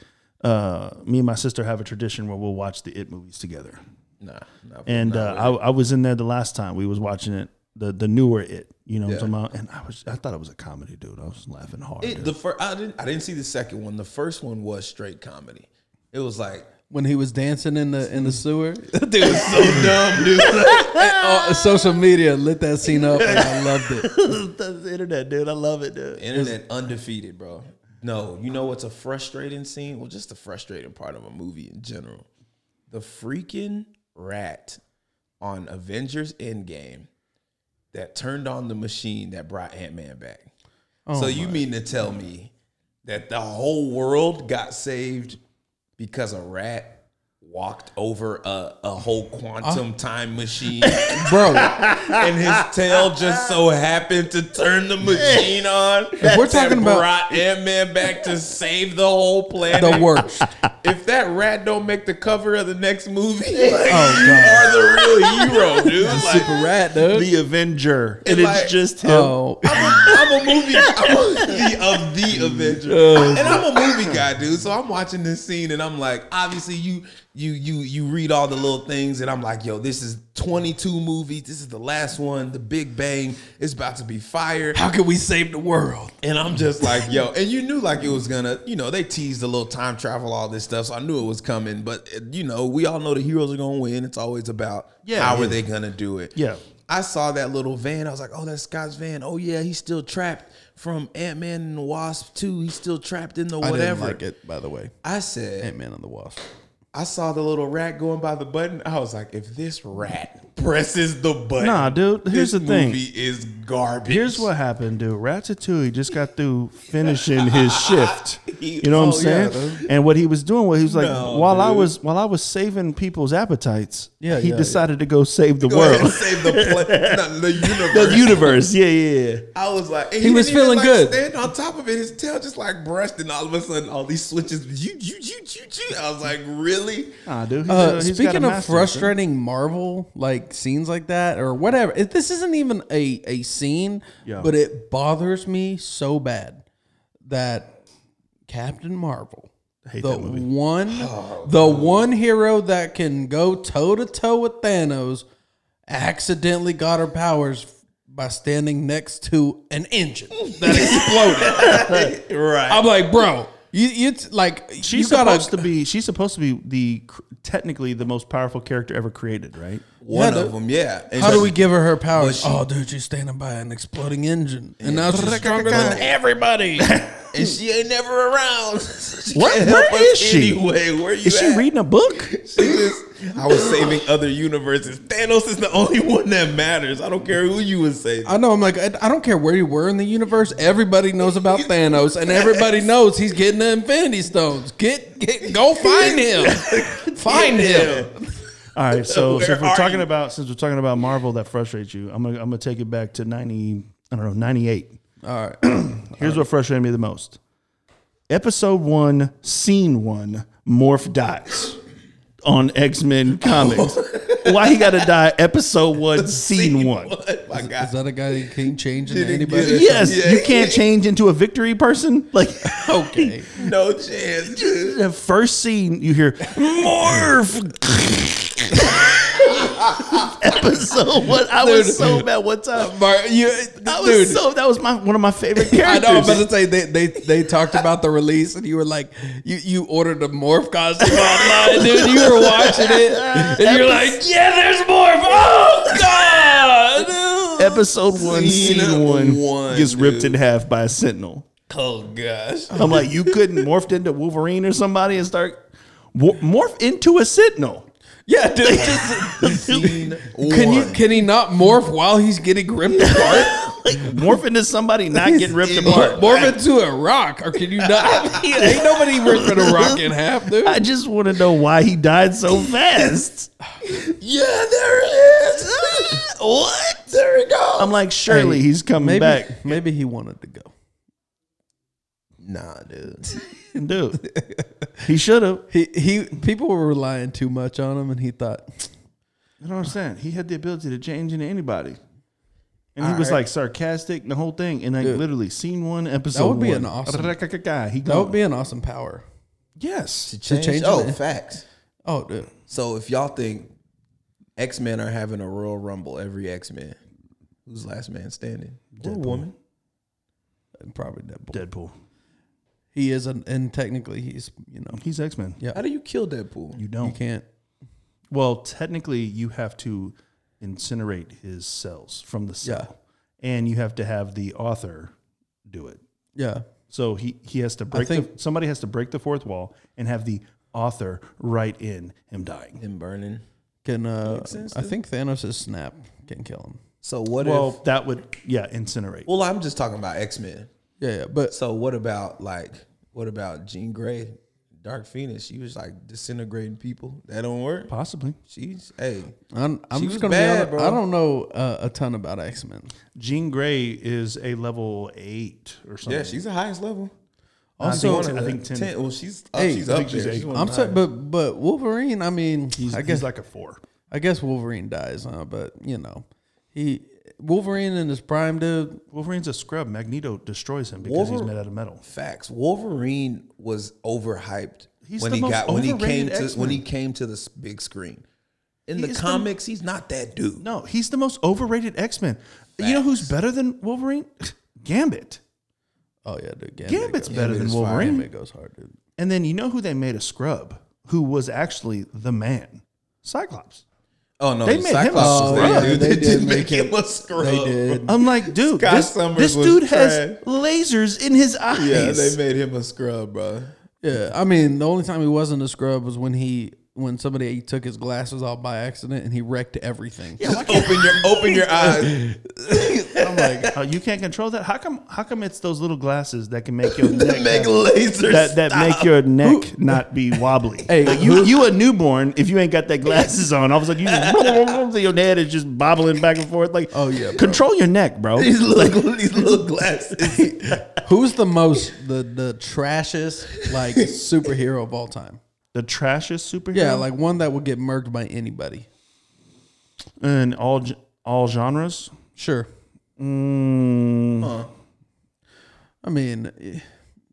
uh, me and my sister have a tradition where we'll watch the It movies together.
nah, nah,
and
nah,
uh, I, I was in there the last time we was watching it, the the newer it, you know, what I'm talking about? and I was I thought it was a comedy, dude. I was laughing hard.
It,
dude.
the first I didn't I didn't see the second one. The first one was straight comedy. It was like
When he was dancing in the in the sewer,
dude it was so dumb, dude.
Oh, social media lit that scene up, and I loved it.
That's the internet, dude. I love it, dude.
Internet undefeated, bro. No, you know what's a frustrating scene? Well, just the frustrating part of a movie in general. The freaking rat on Avengers Endgame that turned on the machine that brought Ant Man back. so you mean to tell me that the whole world got saved because a rat walked over a, a whole quantum time machine
bro.
and his tail just so happened to turn the machine on. If
we're talking about-
brought Ant Man back to save the whole planet.
The worst.
If that rat don't make the cover of the next movie, like,
Oh,
you
God.
are the real hero, dude. Like,
Super rat, dude.
The Avenger, and
like-
it's just him.
Oh,
I'm a movie I'm a, the, of the Avengers,
Oh,
and I'm a movie guy, dude. So I'm watching this scene, and I'm like, obviously you you you you read all the little things, and I'm like, yo, this is 22 movies. This is the last one. The Big Bang is about to be fired.
how can we save the world?
And I'm just like, yo, and you knew like it was gonna, you know, they teased a little time travel, all this stuff, so I knew it was coming. But uh, you know, we all know the heroes are gonna win. It's always about
Yeah,
how
yeah.
are they gonna do it?
Yeah.
I saw that little van. I was like, oh, that's Scott's van. Oh yeah, he's still trapped from Ant Man and the Wasp too. He's still trapped in the
I didn't
whatever. I,
like it, by the way.
said,
Ant Man and the Wasp.
I saw the little rat going by the button. I was like, if this rat presses the button,
Nah, dude. Here's
this
the thing.
movie is garbage.
Here's what happened, dude. Ratatouille just got through finishing his shift. You know what I'm
Oh, yeah,
saying? and what he was doing was he was like,
No,
while I
dude.
was while I was saving people's appetites,
Yeah,
he
yeah,
decided to go save the
Go ahead and
world,
save the planet, no, the universe.
the universe. Yeah, yeah, yeah.
I was like, and
He was
didn't even,
feeling
like,
good.
Standing on top of it, his tail just like brushed, and all of a sudden, all these switches. You, you, you, you, you. I was like, really?
Nah, dude. He's,
Uh,
a- he's got a
speaking of
master, dude.
frustrating Marvel like scenes like that or whatever, it, this isn't even a a scene,
Yeah.
but it bothers me so bad that Captain Marvel,
hate
the
that movie.
one, the one hero that can go toe to toe with Thanos, accidentally got her powers by standing next to an engine that exploded.
Right.
I'm like, bro, you you t- like
She's
you gotta
supposed to be. She's supposed to be the cr- technically the most powerful character ever created, right?
One
Yeah,
of
the-
them, yeah. And
How do
she-
we give her her powers?
she-
oh, dude, she's standing by an exploding engine, and now she's stronger than everybody.
And she ain't never around. she
What?
can't
Where
help us
is she?
Anyway, where you
Is she
at?
reading a book?
She just, I was saving other universes. Thanos is the only one that matters. I don't care who you would say.
I know. I'm like, I, I don't care where you were in the universe. Everybody knows about Thanos, and everybody knows he's getting the Infinity Stones. Get, get, go find him. Find him.
All right, so
Where
since we're
are
talking
you?
about since we're talking about Marvel that frustrates you, I'm gonna I'm gonna take it back to ninety. I don't know ninety eight.
All right.
Here's what frustrated me the most: Episode one, scene one, Morph dies on X Men comics. Why he gotta die? Episode one, scene one.
What? My God.
Is that a guy you can't change into
Didn't get
anybody?
it.
Yes,
Yeah.
you can't change into a victory person. Like
Okay.
No chance. dude.
the first scene, you hear Morph. Episode one. I was so mad one time.
Mar- you,
That
dude,
was so. That was my one of my favorite
I
characters.
know. I'm about to say they, they they talked about the release, and you were like, you you ordered a morph costume online, dude. You were watching it, and you're like, yeah, there's morph. Oh god.
Episode one,
Scene
scene, one,
one,
gets ripped in half by a sentinel.
Oh gosh.
I'm like, you couldn't morphed into Wolverine or somebody and start wa- morph into a sentinel.
Yeah, dude. Just,
Scene
can you
one.
can he not morph while he's getting ripped apart?
Like morph into somebody not getting ripped apart.
Morph into a rock, or can you not? Ain't nobody ripping a rock in half, dude.
I just want to know why he died so fast.
Yeah, there is. Ah, what? There it goes.
I'm like, surely
Hey,
he's coming
Maybe
back,
maybe he wanted to go.
nah, dude.
dude. He should have.
He he. People were relying too much on him, and he thought.
I don't understand. He had the ability to change into anybody. And he was
right.
like sarcastic and the whole thing. And like literally scene one, episode
That would be
one.
an awesome-
Ra-ka-ka-ka, He
That
gone.
would "Oh, be an awesome power.
yes.
change- change
oh,
it.
facts.
Oh, dude.
So if y'all think X Men are having a Royal Rumble every X Men, who's last man standing? Uh,
Or woman.
Probably Deadpool.
Deadpool.
He is, an, and technically, he's, you know,
He's X Men.
Yeah.
How do you kill Deadpool?
You
you
don't.
can't.
well, technically, you have to incinerate his cells from the cell, and you have to have the author do it.
Yeah.
So he he has to break.
think-
the, somebody has to break the fourth wall and have the author write in him dying.
Him burning.
Can, uh, I think Thanos' snap can kill him.
So what
Well,
if?
that would yeah incinerate.
Well, I'm just talking about X Men.
Yeah, yeah. But
So what about like what about Jean Grey
Dark Phoenix, she was like disintegrating people. That don't work.
Possibly.
She's hey,
I'm, I'm
She
just
was
gonna
bad,
be.
bro.
Honest, I don't know uh, a ton about X Men.
Jean Grey is a level eight or something.
yeah, she's the highest level.
Also,
One of
I
the
think ten.
Well, she's up,
Hey,
she's
I
up
think she's
there.
eight.
She's one of
I'm
the
sorry,
highest.
but but Wolverine. I mean,
He's,
I
he's
guess
like a four.
I guess Wolverine dies, huh? But you know, he Wolverine in his prime, dude.
Wolverine's a scrub. Magneto destroys him because he's
Wolver-
made out of metal.
Facts. Wolverine was overhyped
He's
when
the
he
most
got when he came
overrated
to
X-Men.
when he came to the s- big screen. In
He
the
is the-
comics, he's not that dude.
No, he's the most overrated X Men. You know who's better than Wolverine? Gambit.
Oh yeah, dude. Gambit
Gambit's
goes-
better than
Gambit's
Wolverine.
fire. Gambit goes hard, dude.
And then you know who they made a scrub, who was actually the man, Cyclops.
Oh no,
They made him a
Cyclops was
scrub.
that dude.
They
They,
did
did
make
make him a
They
scrub.
did.
I'm like, dude,
Scott
this,
Summers
this
was
dude has
trash.
lasers in his eyes.
Yeah, they made him a scrub, bro.
Yeah, I mean, the only time he wasn't a scrub was when he when somebody took his glasses off by accident and he wrecked everything. Yeah,
Open your open your eyes.
I'm like, oh, you can't control that. How come? How come it's those little glasses that can make your neck
Make lasers.
that, that make your neck not be wobbly?
Hey,
Like, you you a newborn if you ain't got that glasses on. All of a sudden, you just, your head is just bobbling back and forth. Like,
Oh, yeah, bro.
control your neck, bro.
these little these little glasses.
Who's the most the the trashest like superhero of all time?
The trashiest superhero.
Yeah, like one that would get murked by anybody.
in all ge- all genres.
Sure.
Mm,
I mean, eh,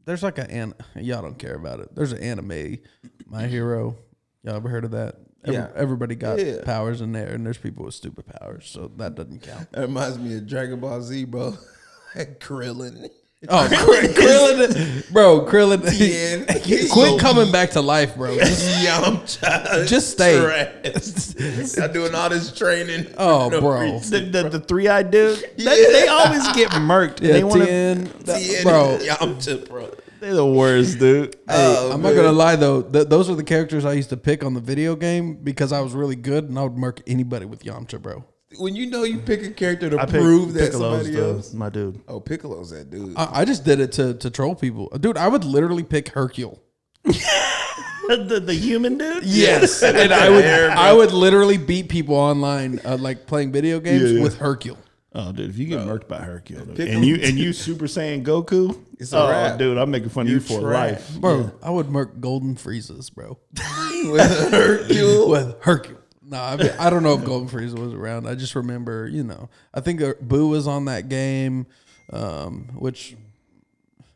there's like a an y'all don't care about it. There's an anime, My Hero. Y'all ever heard of that? Every,
Yeah.
Everybody got
Yeah.
powers in there, and there's people with stupid powers, so that doesn't count.
That reminds me of Dragon Ball Z, bro. Krillin.
Oh, Krill- Krillin, bro, Krillin,
Tien.
quit
So-
coming back to life, bro. Just-
Yamcha.
Just stay.
Trash. I'm doing all this training.
Oh,
No
bro.
reason.
the the, the three eyed dude. They, they always get murked.
Yeah,
they want to.
Tien, that-
Tien,
bro.
Yamcha, bro.
They're the worst, dude.
Oh,
I'm
man.
not gonna lie though, th- those are the characters I used to pick on the video game because I was really good and I would murk anybody with Yamcha, bro.
When you know you pick a character to
I pick,
prove that
Piccolo's
somebody
the-
else.
my dude.
Oh, Piccolo's that dude.
I, I just did it to to troll people, dude. I would literally pick Hercule.
the, the human dude?
Yes, and I would I would literally beat people online uh, like playing video games with Hercule.
Oh, dude, if you get murked by Hercule dude, and you and you Super Saiyan Goku,
It's a
oh,
wrap.
dude, I'm making fun of you
You
for
trash.
life.
Bro, I would murk Golden Freezes, bro.
With Hercule.
With Hercule. No, I, mean, I don't know if Golden Freeze was around. I just remember, you know, I think uh, Boo was on that game, um, which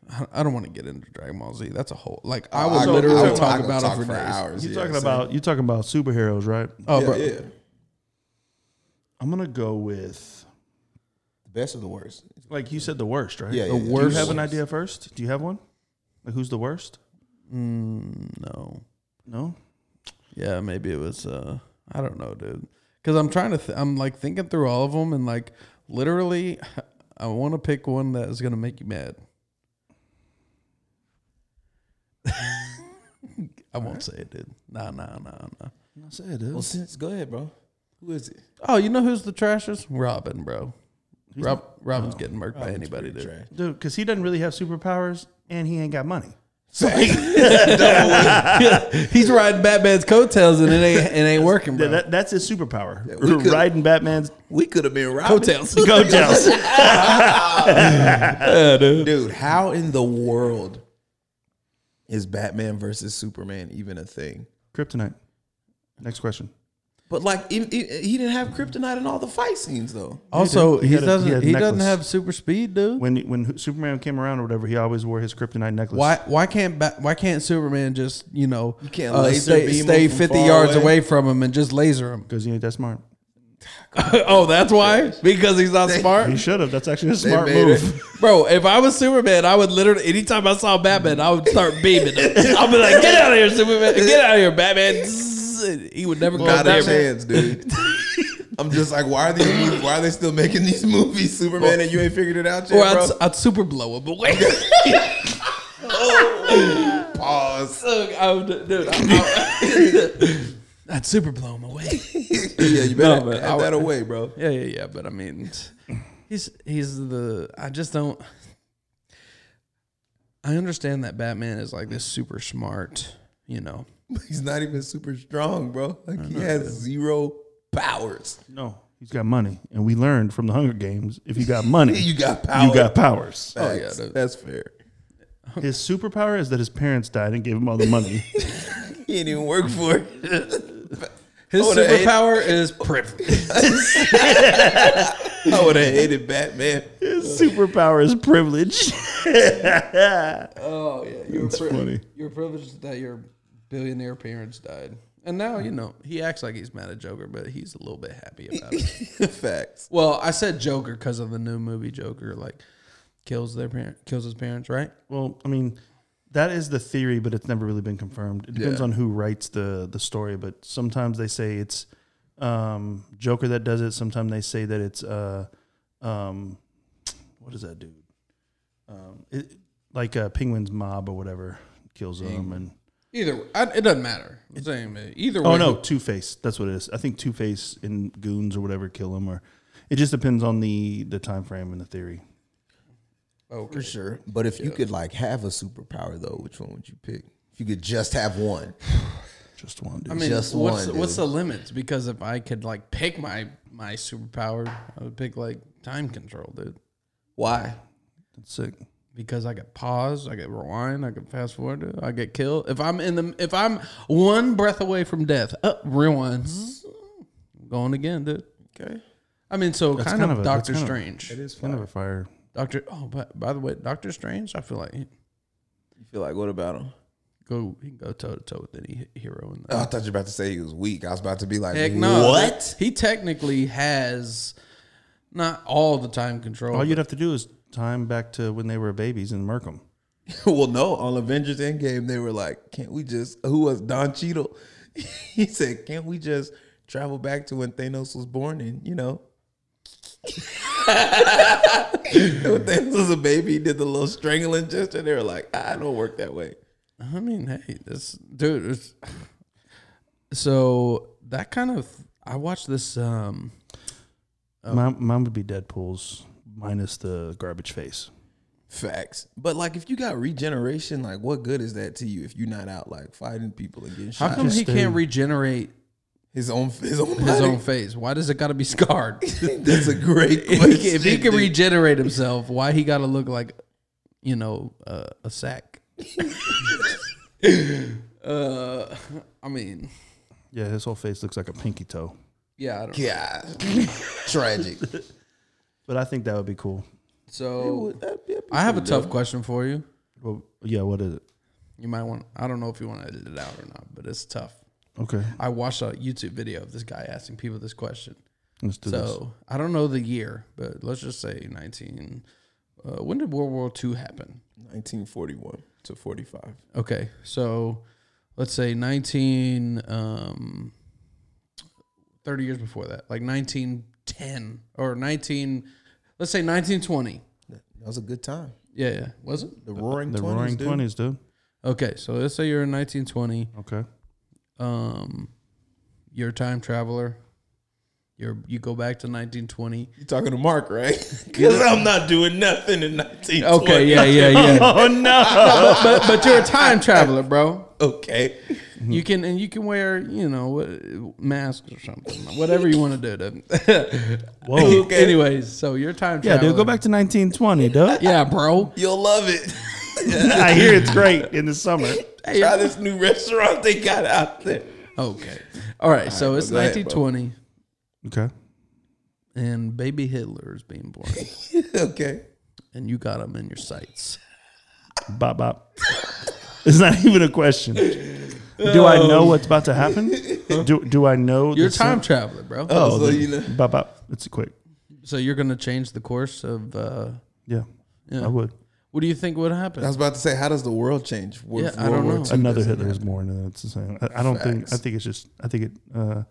I- I don't want to get into Dragon Ball Z. That's a whole like I
Uh,
would
I-
literally
I would- I
talk
could
about
talk
it for,
for
days.
hours.
You're
yeah,
talking
so-
about you talking about superheroes, right?
Oh, bro,
Yeah.
I'm gonna go with
The best of the worst.
like you said, the worst, right?
Yeah,
Do
yeah, yeah.
you
worst.
have an idea first? Do you have one? Like who's the worst?
Mm, no.
No.
Yeah, maybe it was. Uh, I don't know, dude. Because I'm trying to. Th- I'm like thinking through all of them, and like literally, I want to pick one that is gonna make you mad. I won't say it, dude. Nah, nah, nah, nah.
I say it is.
Well, since go ahead, bro. Who is it?
Oh, you know who's the trashest? Robin, bro. Rob, Robin's getting murked by anybody, dude.
Oh, trash.
dude, because he doesn't really have superpowers and he ain't got money.
He's riding Batman's coattails, and it ain't it ain't working, bro.
Th- that, that's his superpower.
we could-
Riding Batman's
We could have been Robin.
coattails.
go down.
Dude, how in the world is Batman versus Superman even a thing?
Kryptonite. Next question.
But like, he, he- he didn't have kryptonite in all the fight scenes though.
Also,
He
he,
had a- he
doesn't
had a
he doesn't
necklace.
have super speed, dude.
When when Superman came around or whatever, he always wore his kryptonite necklace.
Why why can't ba- why can't Superman just you know
can't
uh,
laser
stay,
beam him
stay
from
fifty
far
yards
away?
away from him and just laser him?
Because he ain't that smart.
oh, that's why because he's not
He
smart,
should have. That's actually a smart
made
move.
bro. If I was Superman, I would literally anytime I saw Batman, I would start beaming. him. I'd be like, get out of here, Superman! Get out of here, Batman! He would never
Not
come
a
out here.
chance, dude. I'm just like, why are these? Movies, why are they still making these movies, Superman? and you ain't figured it out yet,
Or
bro.
I'd, I'd super blow him. But wait,
Pause.
I would, dude, I, I, would super blow him away.
Yeah, you better
No, man,
add
I-
that away, bro.
Yeah, yeah, yeah. But I mean, he's he's the. I just don't. I understand that Batman is like this super smart, you know.
He's not even super strong, bro. Like he has zero powers.
No, he's got money, and we learned from the Hunger Games: if you got money,
You got power.
you got powers.
Oh yeah,
Facts.
that's fair.
His superpower is that his parents died and gave him all the money.
He didn't even work for it.
His
Oh, the eight-
superpower is privilege.
I would have hated Batman.
his superpower is privilege.
Oh yeah, you're
That's funny.
You're privileged that your billionaire parents died, and now you know he acts like he's mad at Joker, but he's a little bit happy about it.
Facts.
Well, I said Joker because of the new movie Joker, like kills their parent, kills his parents, right?
Well, I mean, that is the theory, but it's never really been confirmed. It depends
Yeah.
on who writes the the story, but sometimes they say it's um, Joker that does it. Sometimes they say that it's uh, um, what is that dude? Um, it, like uh, Penguin's mob or whatever kills him, and
Either way, I, it doesn't matter. I'm saying uh, either way.
oh no, Two Face. That's what it is. I think Two Face and goons or whatever kill him, or it just depends on the the time frame and the theory.
Okay.
Oh, For sure. But if you could like have a superpower though, which one would you pick? If you could just have one.
Just one. Dude.
I mean,
Just
what's
one,
what's
dude.
the limits? Because if I could like pick my my superpower, I would pick like time control, dude.
Why?
That's sick.
Because I could pause, I could rewind, I could fast forward, dude. I get killed. If I'm in the if I'm one breath away from death, uh, rewind, going again, dude.
Okay.
I mean, so
Mm-hmm. That's
kind,
kind
of,
of a- that's
Doctor
kind of-
Strange.
It is
Kind of a fire.
Doctor. Oh, but by the way, Doctor Strange. I feel like he
You feel like what about him?
go he can go toe to toe with any he- hero in
Uh,
Oh, I
that.
thought you were about to say he was weak. I was about to be like,
Heck no.
What?
He technically has not all the time control.
All you'd have to do is time back to when they were babies and murk 'em.
well, no. On Avengers Endgame, they were like, "Can't we just?" Who was Don Cheadle? he said, "Can't we just travel back to when Thanos was born?" And you know, when Thanos was a baby, he did the little strangling gesture. They were like, "I don't work that way."
I mean, hey, this dude. It's, so that kind of I watched this. Um,
Mine, mine would be Deadpool's minus the garbage face.
Facts. But like, if you got regeneration, like, what good is that to you if you're not out like fighting people and getting
how
shot?
come he
Just, uh,
can't regenerate
His own, his own,
his own face? Why does it got to be scarred?
That's a great
if
question.
he can, if he can
dude.
regenerate himself, why he got to look like, you know, uh, a sack? uh, I mean,
Yeah, his whole face looks like a pinky toe.
yeah, I don't
God, tragic.
But I think that would be cool.
So I have a tough question for you.
Well, yeah, what is it?
You might want. I don't know if you want to edit it out or not, but it's tough.
Okay,
I watched a YouTube video of this guy asking people this question.
let's do this.
So I don't know the year, but let's just say 19. Uh, when did World War II happen?
1941 to 45.
Okay, so let's say 19, um, 30 years before that, like 1910 or 19, let's say 1920.
That was a good time.
Yeah, yeah, was it?
The Roaring
The
Twenties,
Roaring
dude.
Twenties, dude.
Okay, so let's say you're in 1920.
Okay,
Um, you're a time traveler. You're you go back to 1920.
You talking to Mark, right? Because I'm not doing nothing in 1920.
Okay, yeah, yeah, yeah. oh no! but, but you're a time traveler, bro.
Okay.
You can and you can wear you know wh- masks or something, whatever you want to do. To
Whoa.
Okay.
Anyways, so you're a time
yeah,
traveler.
dude, go back to 1920, dude.
Yeah, bro.
You'll love it.
I hear it's great in the summer.
Try this new restaurant they got out there.
Okay. All right. so it's
go ahead, bro.
1920,
Okay,
and baby Hitler is being born,
Okay.
and you got him in your sights.
bop bop. It's not even a question. Do I know what's about to happen? Do Do I know?
You're a
the
time
sim-
traveler, bro.
Oh, so you know.
Bop bop. It's quick.
So you're gonna change the course of. Uh,
Yeah,
Yeah.
I would.
what do you think would happen?
I was about to say, how does the world change?
Yeah, I don't know.
II
another
doesn't
Hitler is
happen.
born, and it's the same. I, I don't think. I
Facts.
think it's just. I think it. Uh,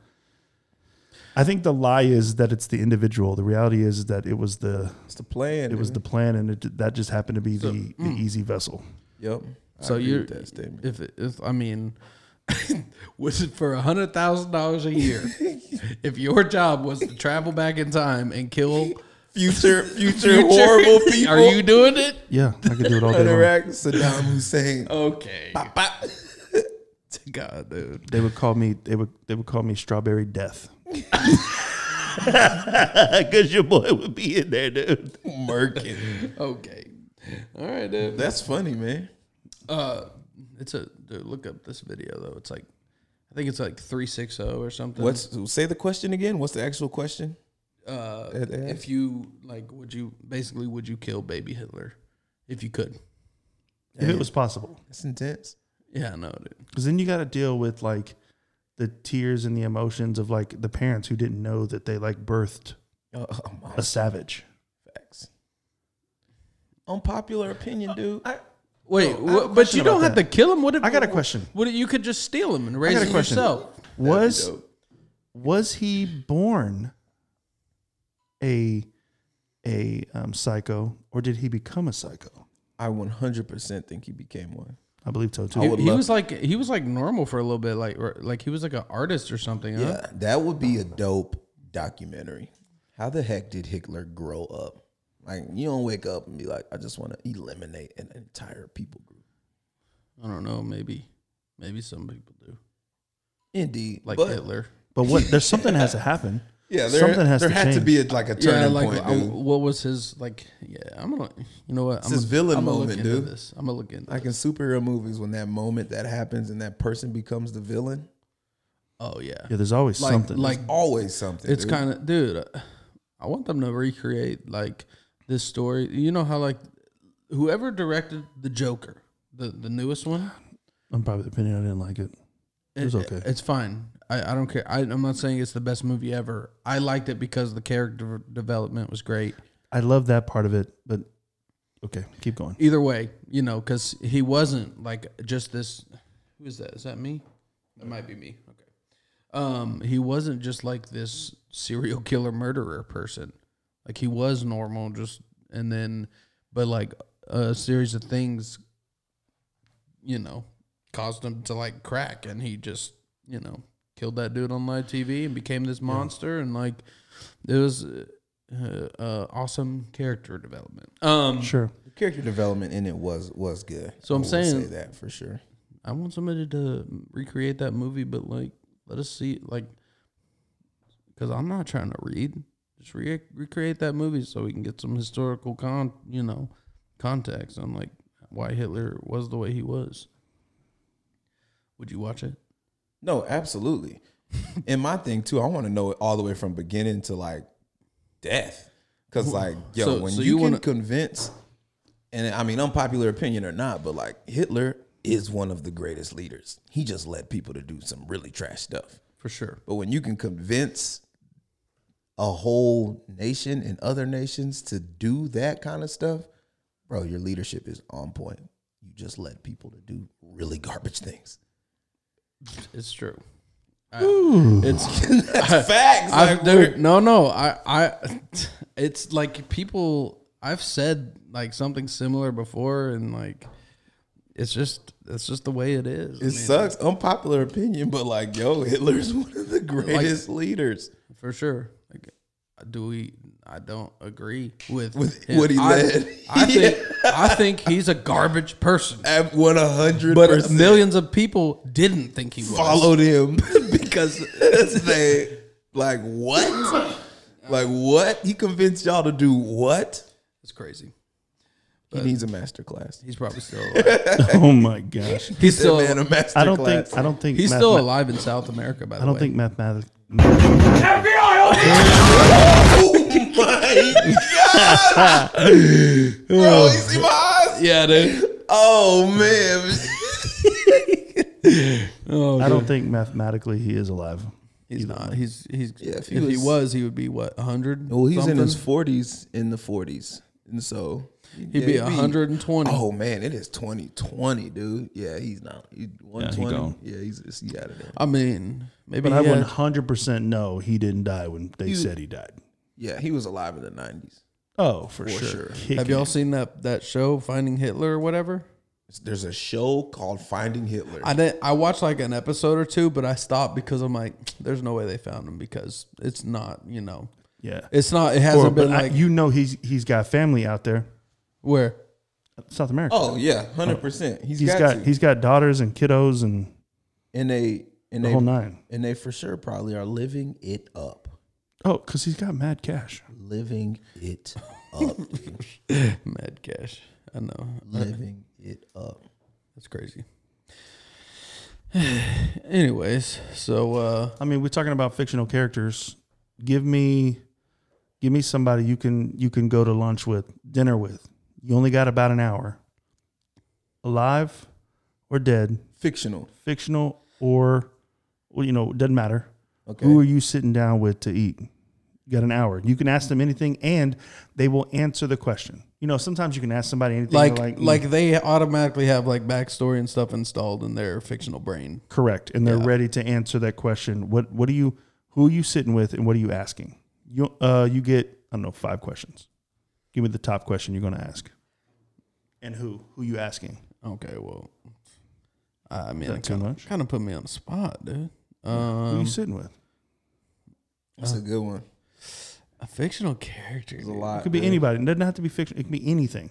I think the lie is that it's the individual. The reality is that it was the
It's the plan.
it was the
dude.
plan, and it, that just happened to be the, the easy vessel.
Yep. I
So
agree
you're
with that statement.
if if I mean, was it for a hundred thousand dollars a year? if your job was to travel back in time and kill
Future, future,
future-
horrible people.
are you doing it?
Yeah, I could do it all day long.
Oh, Interact Saddam Hussein.
Okay.
Bop.
to God, dude.
They would call me. They would. They would call me Strawberry Death. Because your boy would be in there, dude.
Merkin.
Okay. All right, dude.
That's funny, man.
Uh, it's a dude, look up this video though. It's like I think it's like three six zero or something.
What's say the question again? What's the actual question?
uh,
It is.
if you like? Would you basically would you kill baby Hitler if you could?
If it was possible,
That's intense.
Yeah, I know, dude.
because then you got to deal with like the tears and the emotions of like the parents who didn't know that they like birthed
Oh, oh, my
a savage.
facts. Unpopular opinion, dude.
Wait,
I have a
wh- but
question
you don't have
about
to kill him. What if,
I got a question.
What if you could just steal him and raise
got a
him
question.
yourself?
Was was he born a a um, psycho or did he become a psycho?
I 100% think he became one.
I believe so too.
He, he was like he was like normal for a little bit, like or, like he was like an artist or something. Huh?
Yeah, that would be a dope documentary. How the heck did Hitler grow up? Like, you don't wake up and be like, I just want to eliminate an entire people group.
I don't know. Maybe maybe some people do,
Indeed,
like
but
Hitler.
but what? There's something has to happen.
Yeah,
there- Something has there to had to change. be
a, like a
Yeah, like I- what was his like? Yeah, I'm gonna. You know what? I'm
his
gonna-
villain
I'm gonna
moment,
look into
dude.
This. I'm gonna look into.
Like in superhero movies, when that moment that happens and that person becomes the villain,
Oh yeah,
Yeah, there's always
like
something.
like
always something.
it's
dude.
kind of dude. uh, I want them to recreate like this story. You know how like whoever directed the Joker, the the newest one,
I'm probably the opinion I didn't like it.
it,
was okay.
It's fine. I, I don't care. I, I'm not saying it's the best movie ever. I liked it because the character development was great.
I love that part of it, but okay, keep going.
Either way, you know, because he wasn't like just this. Who is that? Is that me? That might be me. Okay. Um, he wasn't just like this serial killer murderer person. Like he was normal, just and then, but like a series of things, you know, caused him to like crack, and he just, you know, killed that dude on live TV and became this monster, and like it was. Uh, uh, awesome character development. Um,
Sure.
the character development in it was was good.
So
I
I'm
will
saying-
say that for sure.
I want somebody to recreate that movie, but like, let us see, like, because I'm not trying to read. Just re- recreate that movie so we can get some historical con, you know, context on like why Hitler was the way he was. Would you watch it?
No, absolutely. and my thing too, I want to know it all the way from beginning to like death, because like yo,
So-
when
so
you,
you
can
wanna-
convince, and I mean unpopular opinion or not, but like Hitler is one of the greatest leaders. He just led people to do some really trash stuff.
For sure.
But when you can convince a whole nation and other nations to do that kind of stuff,
Bro, your leadership is on point. You just let people to do really garbage things.
It's true. I- it's
facts.
I've,
like,
dude, no, no. I, I, it's like people. I've said like something similar before, and like, it's just it's just the way it is. I
it
mean,
sucks. Unpopular opinion, but like yo, Hitler's one of the greatest leaders.
for sure. Like, do we? I don't agree with
With
him.
what he
I,
led.
I think I think he's a garbage person.
At one hundred
But
percent.
millions of people didn't think he was.
followed him because they like what? Like what? He convinced y'all to do what?
It's crazy.
He needs a master class.
He's probably still alive.
oh my gosh.
He's still
Man, a master
I don't
class.
think I don't think
he's
math-
still
ma-
alive in South America. By the
I don't
way,
think mathematics
Bro, you see my eyes?
yeah, dude.
Oh man.
Oh,
I don't think mathematically he is alive.
He's not. He's he's. if,
if
he,
he
was,
was-
he would be what hundred.
Well, he's in his forties, in the forties, and so
He'd be hundred and twenty.
Oh man, it is twenty twenty, dude. Yeah, he's not. He, one twenty.
gone.
Yeah, he's just, he out of there.
I mean, maybe.
But I
he
one
had,
hundred percent know he didn't die when they said he died.
Yeah, he was alive in the nineties.
Oh, for, sure.
sure.
Kicking
have y'all
it.
seen that that show Finding Hitler or whatever?
There's a show called Finding Hitler.
I didn't. I watched like an episode or two, but I stopped because I'm like, there's no way they found him because it's not. You know,
Yeah.
it's not. It
Or,
hasn't
but
been
I-
like
you know he's he's got family out there,
where.
South America.
oh yeah, hundred percent.
he's got
Oh, to.
he's got daughters and kiddos and
and they and
The
they
whole nine.
and they for sure probably are living it up,
Oh, because he's got mad cash.
living it up, dude.
Mad cash. I know.
living it up.
That's crazy. Anyways, so uh
I mean, we're talking about fictional characters. Give me, give me somebody you can you can go to lunch with, dinner with. You only got about an hour. Alive or dead,
Fictional.
fictional or, well, you know, doesn't matter.
Okay.
Who are you sitting down with to eat? You got an hour. You can ask them anything, and they will answer the question. You know, sometimes you can ask somebody anything.
like
they're "Mm,
like, they automatically have like backstory and stuff installed in their fictional brain.
Correct, and they're ready to answer that question. What What do you? Who are you sitting with, and what are you asking? You uh, you get I don't know five questions. Give me the top question you're going to ask, and who who you asking?
Okay, well I mean
that
it
too
kinda,
much?
kinda put me on the spot, dude.
who
Um
you sitting with?
That's a good one.
a fictional character. dude.
lot.
It could be anybody. It doesn't have to be fiction. It can be anything.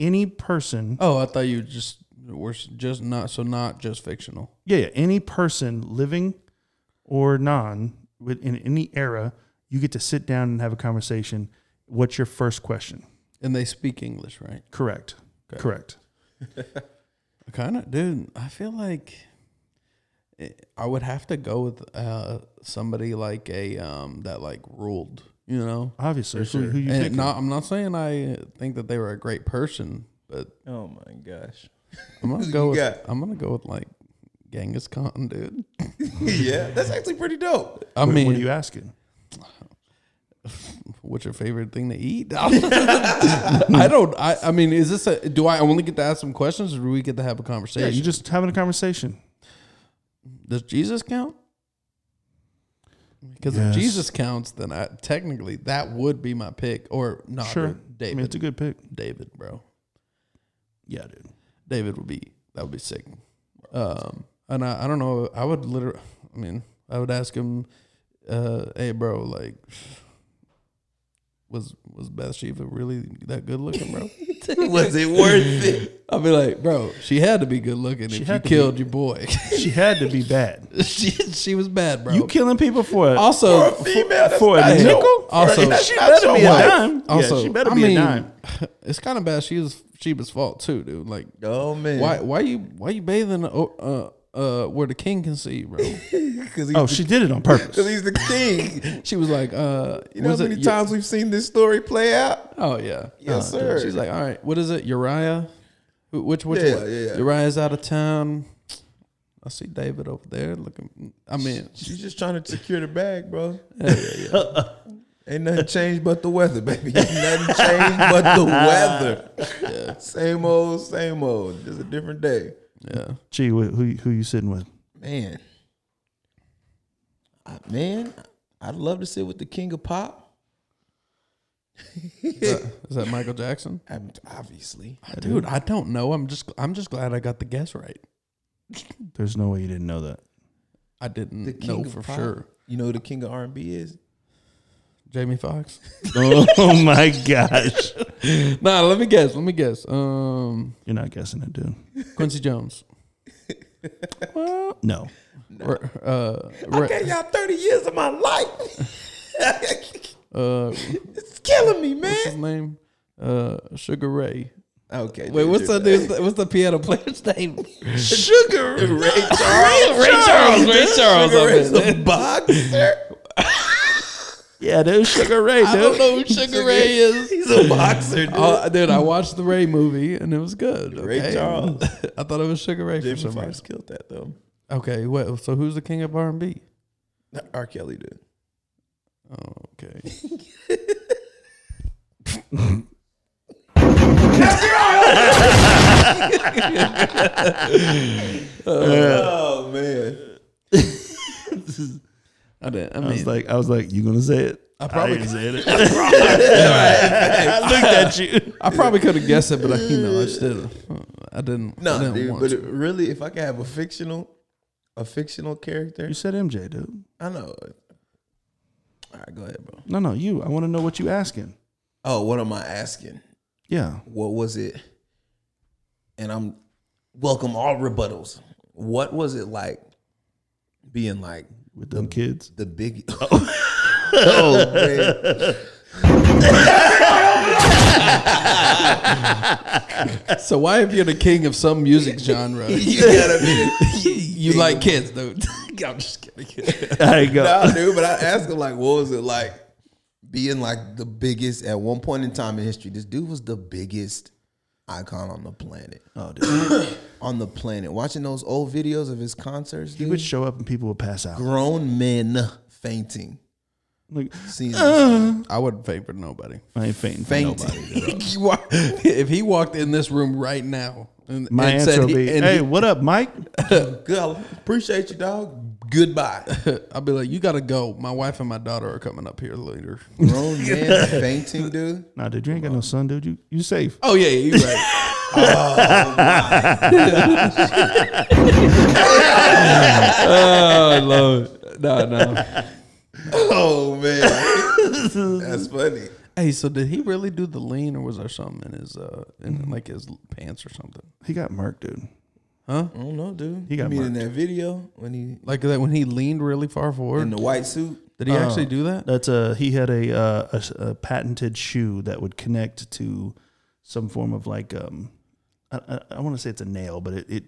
Any person.
Oh, I thought you just were s- just not so not just fictional.
Yeah, yeah. Any person, living or non, with- in any era, you get to sit down and have a conversation. What's your first question?
And they speak English, right?
Correct. Correct.
Kind of, dude. I feel like it, I would have to go with uh, somebody like a um, that like ruled, you know.
Obviously, who, who you
And
picking?
not, I'm not saying I think that they were a great person, but
Oh my gosh.
I'm gonna go. With,
got?
I'm gonna go with like Genghis Khan, dude.
yeah, that's actually pretty dope.
I
What- what are
mean,
you asking?
what's your favorite thing to eat? I don't. I, I mean, is this a? Do I only get to ask some questions, or do we get to have a
Yeah,
conversation?
you're just having a conversation.
Does Jesus count? Because
Yes.
if Jesus counts, then I technically that would be my pick. Or not
sure. I
David.
mean, it's a good pick.
David, bro.
Yeah, dude.
David would be that would be sick. Um, and I, I don't know. I would literally. I mean, I would ask him, uh, "Hey, bro, like, was was Bathsheba really that good looking, bro?"
Was it worth it?
I'd be like, "Bro, she had to be good looking if you
had to
killed your boy.
She had to be bad.
she she was bad, bro.
You killing people for a,
also
For a female, that's
for
not
a
your-
nickel?
Also-
she better
your
be a
wife.
dime.
Also,
yeah, she better
I
be
mean,
a dime.
It's kind of bad. She was Sheba's fault too, dude. Like,
Oh man,
why why you why you bathing uh uh where the king can see, bro?
Because he's,
Oh, she did it on purpose.
he's the king.
she was like, uh,
You know
was
how
it
many
Ye-
times we've seen this story play out?
Oh yeah,
Yes,
Oh, dude.
sir.
She's like, all right, what is it, Uriah? Wh- Which which
Yeah,
one?
yeah, yeah.
Uriah's out of town. I see David over there looking. I mean,
She's just trying to secure the bag, bro. Ain't nothing changed but the weather, baby. Ain't nothing changed but the weather. Same old, same old. Just a different day.
yeah,
Gee, who who you sitting with?
Man. I- man, I'd love to sit with the king of pop.
is that, is that Michael Jackson?
I'm, obviously.
Dude, I don't know. I'm just I'm just glad I got the guess right.
There's no way you didn't know that.
I didn't
The king
know
of
for
pop.
sure.
You know who the king of R&B is?
Jamie Foxx.
Oh my gosh!
nah, let me guess. Let me guess. Um,
You're not guessing it, dude.
Quincy Jones.
No.
Re- uh, re-
Hey, y'all 30 years of my life.
uh, what's
It's killing me,
his
man.
name? Uh, Sugar Ray.
Okay.
Wait,
dude,
what's
you're
the dude's, what's the piano player's name?
Sugar Ray Charles.
Ray Charles. Ray Charles.
Sugar
I
Ray's
meant.
a boxer.
Yeah, dude. Sugar Ray,
I don't know who Sugar Ray is.
He's a boxer, dude.
Oh, dude, I watched the Ray movie and it was good.
Ray
okay?
Charles.
I thought it was Sugar Ray for
Jamie
some
Foxx
reason.
killed that though.
Okay, what? So who's the king of R and B?
R. Kelly did.
Oh, okay.
Oh man.
I didn't. I
I was
mean,
like, I was like, you gonna say it? I
probably-
didn't say it. I looked at you.
I probably could have guessed it, but I, you know, I just didn't. I didn't. I
No,
didn't
dude.
want
But
to.
it, really, if I could have a fictional, a fictional character,
You said MJ, dude.
I know. All right, go ahead, bro.
No, no, you. I want to know what you asking.
Oh, what am I asking?
Yeah.
What was it? And I'm welcome all rebuttals. What was it like
being like,
with them kids.
The big Oh,
So why if you're the king of some music genre, you,
you gotta be.
like kids, dude? I'm just kidding.
I go.
Nah, dude. But I asked him like, what was it like being like the biggest at one point in time in history? This dude was the biggest icon on the planet.
Oh, dude.
On the planet, watching those old videos of his concerts,
He
dude,
would show up and people would pass out.
grown men fainting.
Like,
Seeing
I wouldn't favor nobody.
I ain't fainting. for
fainting.
Nobody.
You walk- if he walked in this room right now, and,
My
and
answer
said
will
he-
be,
and
"Hey, what up, Mike?
Good, I appreciate you, dog. Goodbye.
he- I'd be like, you gotta go. My wife and my daughter are coming up here later.
Grown man fainting, dude.
Nah, dude, you ain't got no son, dude. You you safe?
oh yeah, you're right. oh, I love it. No, no.
Oh man, that's funny.
Hey, so did he really do the lean, or was there something in his uh, in
Mm-hmm.
like his pants or something?
He got murked, dude.
I don't know, dude.
He got
you mean in
murked.
that video when he
Like that when he leaned really far
in
forward?
the white suit?
Did
Uh,
he actually do that?
That's a he had a, uh, a s- a patented shoe that would connect to some form of like um I, I, I want to say it's a nail, but it, it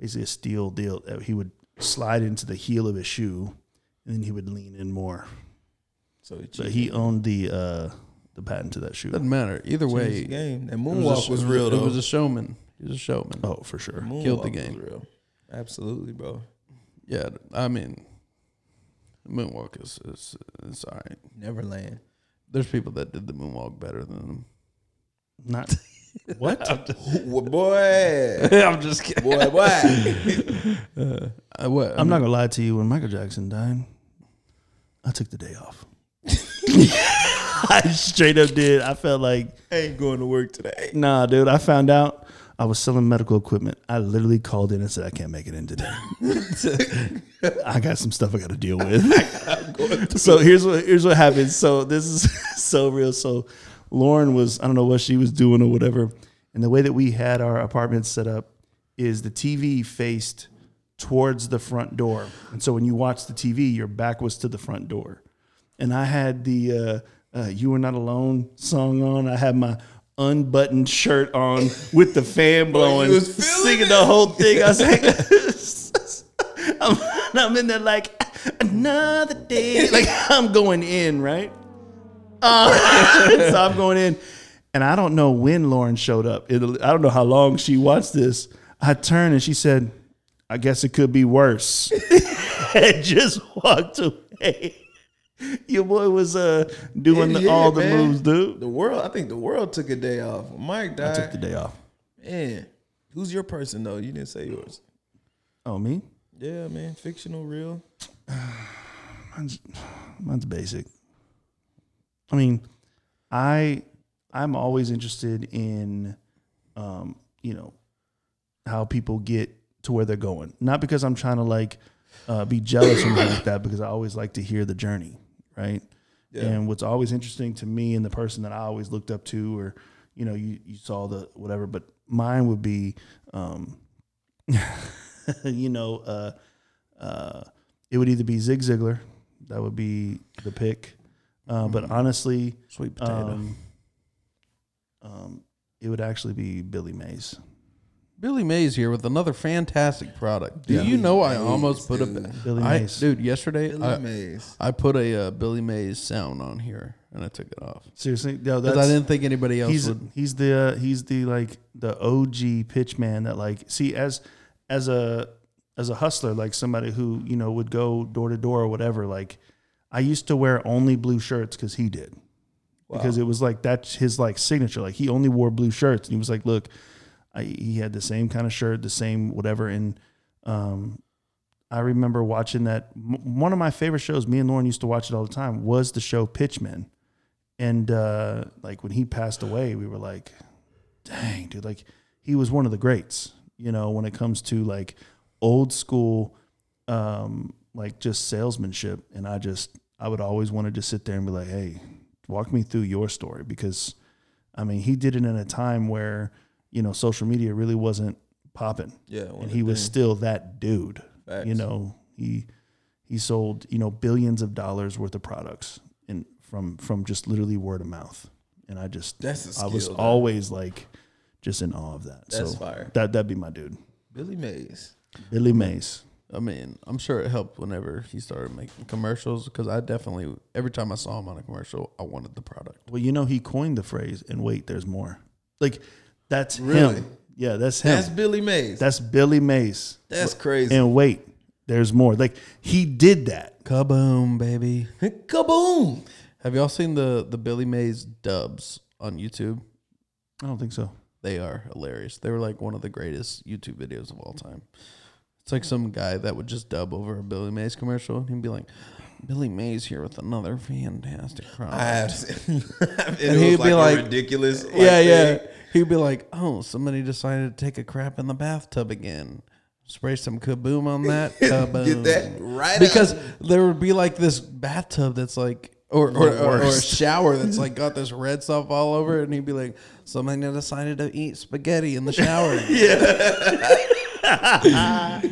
basically a steel deal. that He would slide into the heel of his shoe, and then he would lean in more.
So he cheated.
But he owned the uh the patent to that shoe.
Doesn't matter. Either
It's a
way,
game. That moonwalk was,
it a-
real though.
It was a showman. He was a showman.
Oh, for sure.
Moonwalk
killed the
was
game.
real. Absolutely, bro.
Yeah, I mean, moonwalk is is it's all right.
Neverland.
There's people that did the moonwalk better than him.
Not what?
Well, boy,
I'm just kidding.
boy, boy.
Uh, what?
I'm not gonna lie to you. When Michael Jackson died, I took the day off. I straight up did. I felt like
I ain't going to work today.
Nah, dude. I found out I was selling medical equipment. I literally called in and said I can't make it in today. I got some stuff I got to deal with. so here's what here's what happened. So this is so real. So Lauren was I don't know what she was doing or whatever. And the way that we had our apartment set up is the TV faced towards the front door. And so when you watch the TV, your back was to the front door and I had the uh, uh, "You Are Not Alone" song on. I had my unbuttoned shirt on with the fan blowing,
Oh, was feeling
singing the whole thing. I was like, I'm, I'm in there like another day, like I'm going in, right? Uh, so I'm going in, and I don't know when Lauren showed up. It, I don't know how long she watched this. I turned and she said, "I guess it could be worse," and just walked away. Your boy was uh doing the,
Yeah,
all the
man.
moves, dude.
The world, I think the world took a day off. Mike died.
Took the day off.
man, who's your person though? You didn't say yours.
Oh me,
Yeah, man, fictional, real.
mine's mine's basic. I mean, I I'm always interested in, um, you know, how people get to where they're going. Not because I'm trying to like uh, be jealous or anything like that, because I always like to hear the journey, right? And what's always interesting to me and the person that I always looked up to, or you know, you you saw the whatever, but mine would be, um, you know, uh, uh, it would either be Zig Ziglar, that would be the pick, uh, but honestly,
sweet potato.
um, um, it would actually be Billy Mays.
Billy Mays here with another fantastic product. Do
Yeah.
you know I almost put a
Billy
I,
Mays.
dude yesterday?
Billy
I,
Mays.
I put a uh, Billy Mays sound on here and I took it off
Seriously, no,
because I
that's
didn't think anybody else
he's
would.
he's the uh, he's the like the OG pitch man that like see as as a as a hustler like somebody who you know would go door to door or whatever like I used to wear only blue shirts because he did because it was like that's his like signature like he only wore blue shirts and he was like look I, he had the same kind of shirt the same whatever and um I remember watching that m- one of my favorite shows me and Lauren used to watch it all the time was the show Pitchman and uh, like when he passed away, we were like, dang, dude, like he was one of the greats, you know, when it comes to like old school, um, like just salesmanship. And I just, I would always want to just sit there and be like, hey, walk me through your story because I mean, he did it in a time where, you know, social media really wasn't popping
Yeah, one
and
of
he
the
was
things.
still that dude.
Facts.
You know, he He sold you know billions of dollars worth of products and from from just literally word of mouth. And I just
That's a
I was
skill, though.
always like just in awe of that.
That's
so
fire.
That that'd be my dude,
Billy Mays.
Billy Mays.
I mean, I'm sure it helped whenever he started making commercials because I definitely every time I saw him on a commercial, I wanted the product.
Well, you know he coined the phrase. And wait, there's more. Like that's
Really?
him. Yeah, that's him.
That's Billy Mays.
that's Billy Mays.
That's crazy.
And wait, there's more. Like he did that.
Kaboom, baby!
Kaboom!
Have y'all seen the the Billy Mays dubs on YouTube?
I don't think so.
They are hilarious. They were like one of the greatest YouTube videos of all time. It's like some guy that would just dub over a Billy Mays commercial and he'd be like, Billy Mays here with another fantastic product.
I have. seen- it
And
was
he'd
like
be
a
like-
ridiculous. like,
yeah, yeah.
thing.
He'd be like, oh, somebody decided to take a crap in the bathtub again. Spray some kaboom on that. Kaboom.
Get that right
because there would be like this bathtub that's like or or, or, or a shower that's like got this red stuff all over it, and he'd be like, "Somebody decided to eat spaghetti in the shower." yeah.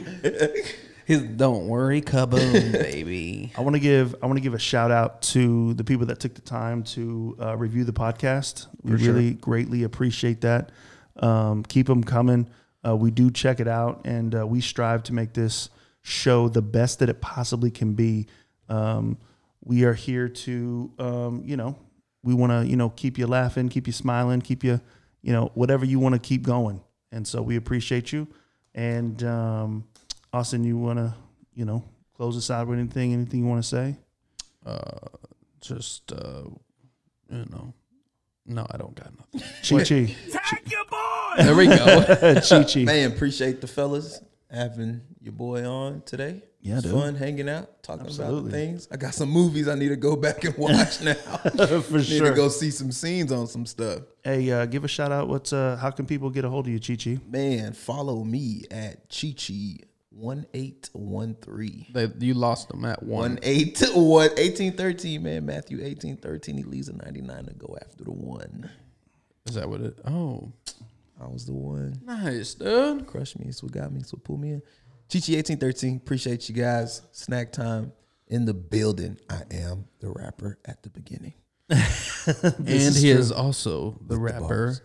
He's don't worry, kaboom, baby.
I want to give I want to give a shout out to the people that took the time to uh, review the podcast. We really greatly appreciate that. Um, keep them coming. Uh, we do check it out, and uh, we strive to make this show the best that it possibly can be. Um, we are here to, um, you know, we want to, you know, keep you laughing, keep you smiling, keep you, you know, whatever you want to keep going. And so we appreciate you. And um, Austin, you want to, you know, close us out with anything? Anything you want to say?
Just uh, you know, no, I don't got nothing.
Chi Chi,
There we go.
Chi Chi.
Man, appreciate the fellas having your boy on today.
Yeah,
It's
dude.
fun hanging out, talking about
Absolutely.
the things. I got some movies I need to go back and watch now.
For
need
sure.
to go see some scenes on some stuff.
Hey, uh, give a shout out. What's uh, how can people get a hold of you, Chi Chi?
Man, follow me at Chichi one eight one three.
they, you lost them at one.
One eight what eighteen thirteen man Matthew eighteen thirteen he leaves a ninety nine to go after the one
Is that what it? Oh,
I was the one
nice, dude.
Crush me. It's what got me. It's what pulled me in. Chichi1813. Appreciate you guys. Snack time in the building. I am the rapper at the beginning.
And he is also the rapper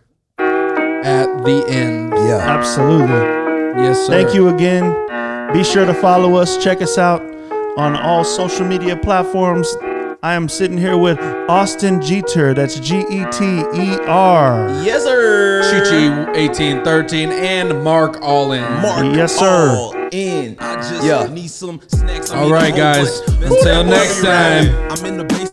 at the end.
Yeah.
Absolutely.
Yes, sir.
Thank you again. Be sure to follow us. Check us out on all social media platforms. I am sitting here with Austin Jeter. That's G E T E R.
Yes, sir.
Chichi 1813 and Mark Allin.
Yes, sir.
All in. I just
Yeah.
need some snacks. I
All
need
right,
a
guys.
whole plate.
Until
Ooh,
next
I'm
time.
in the basement.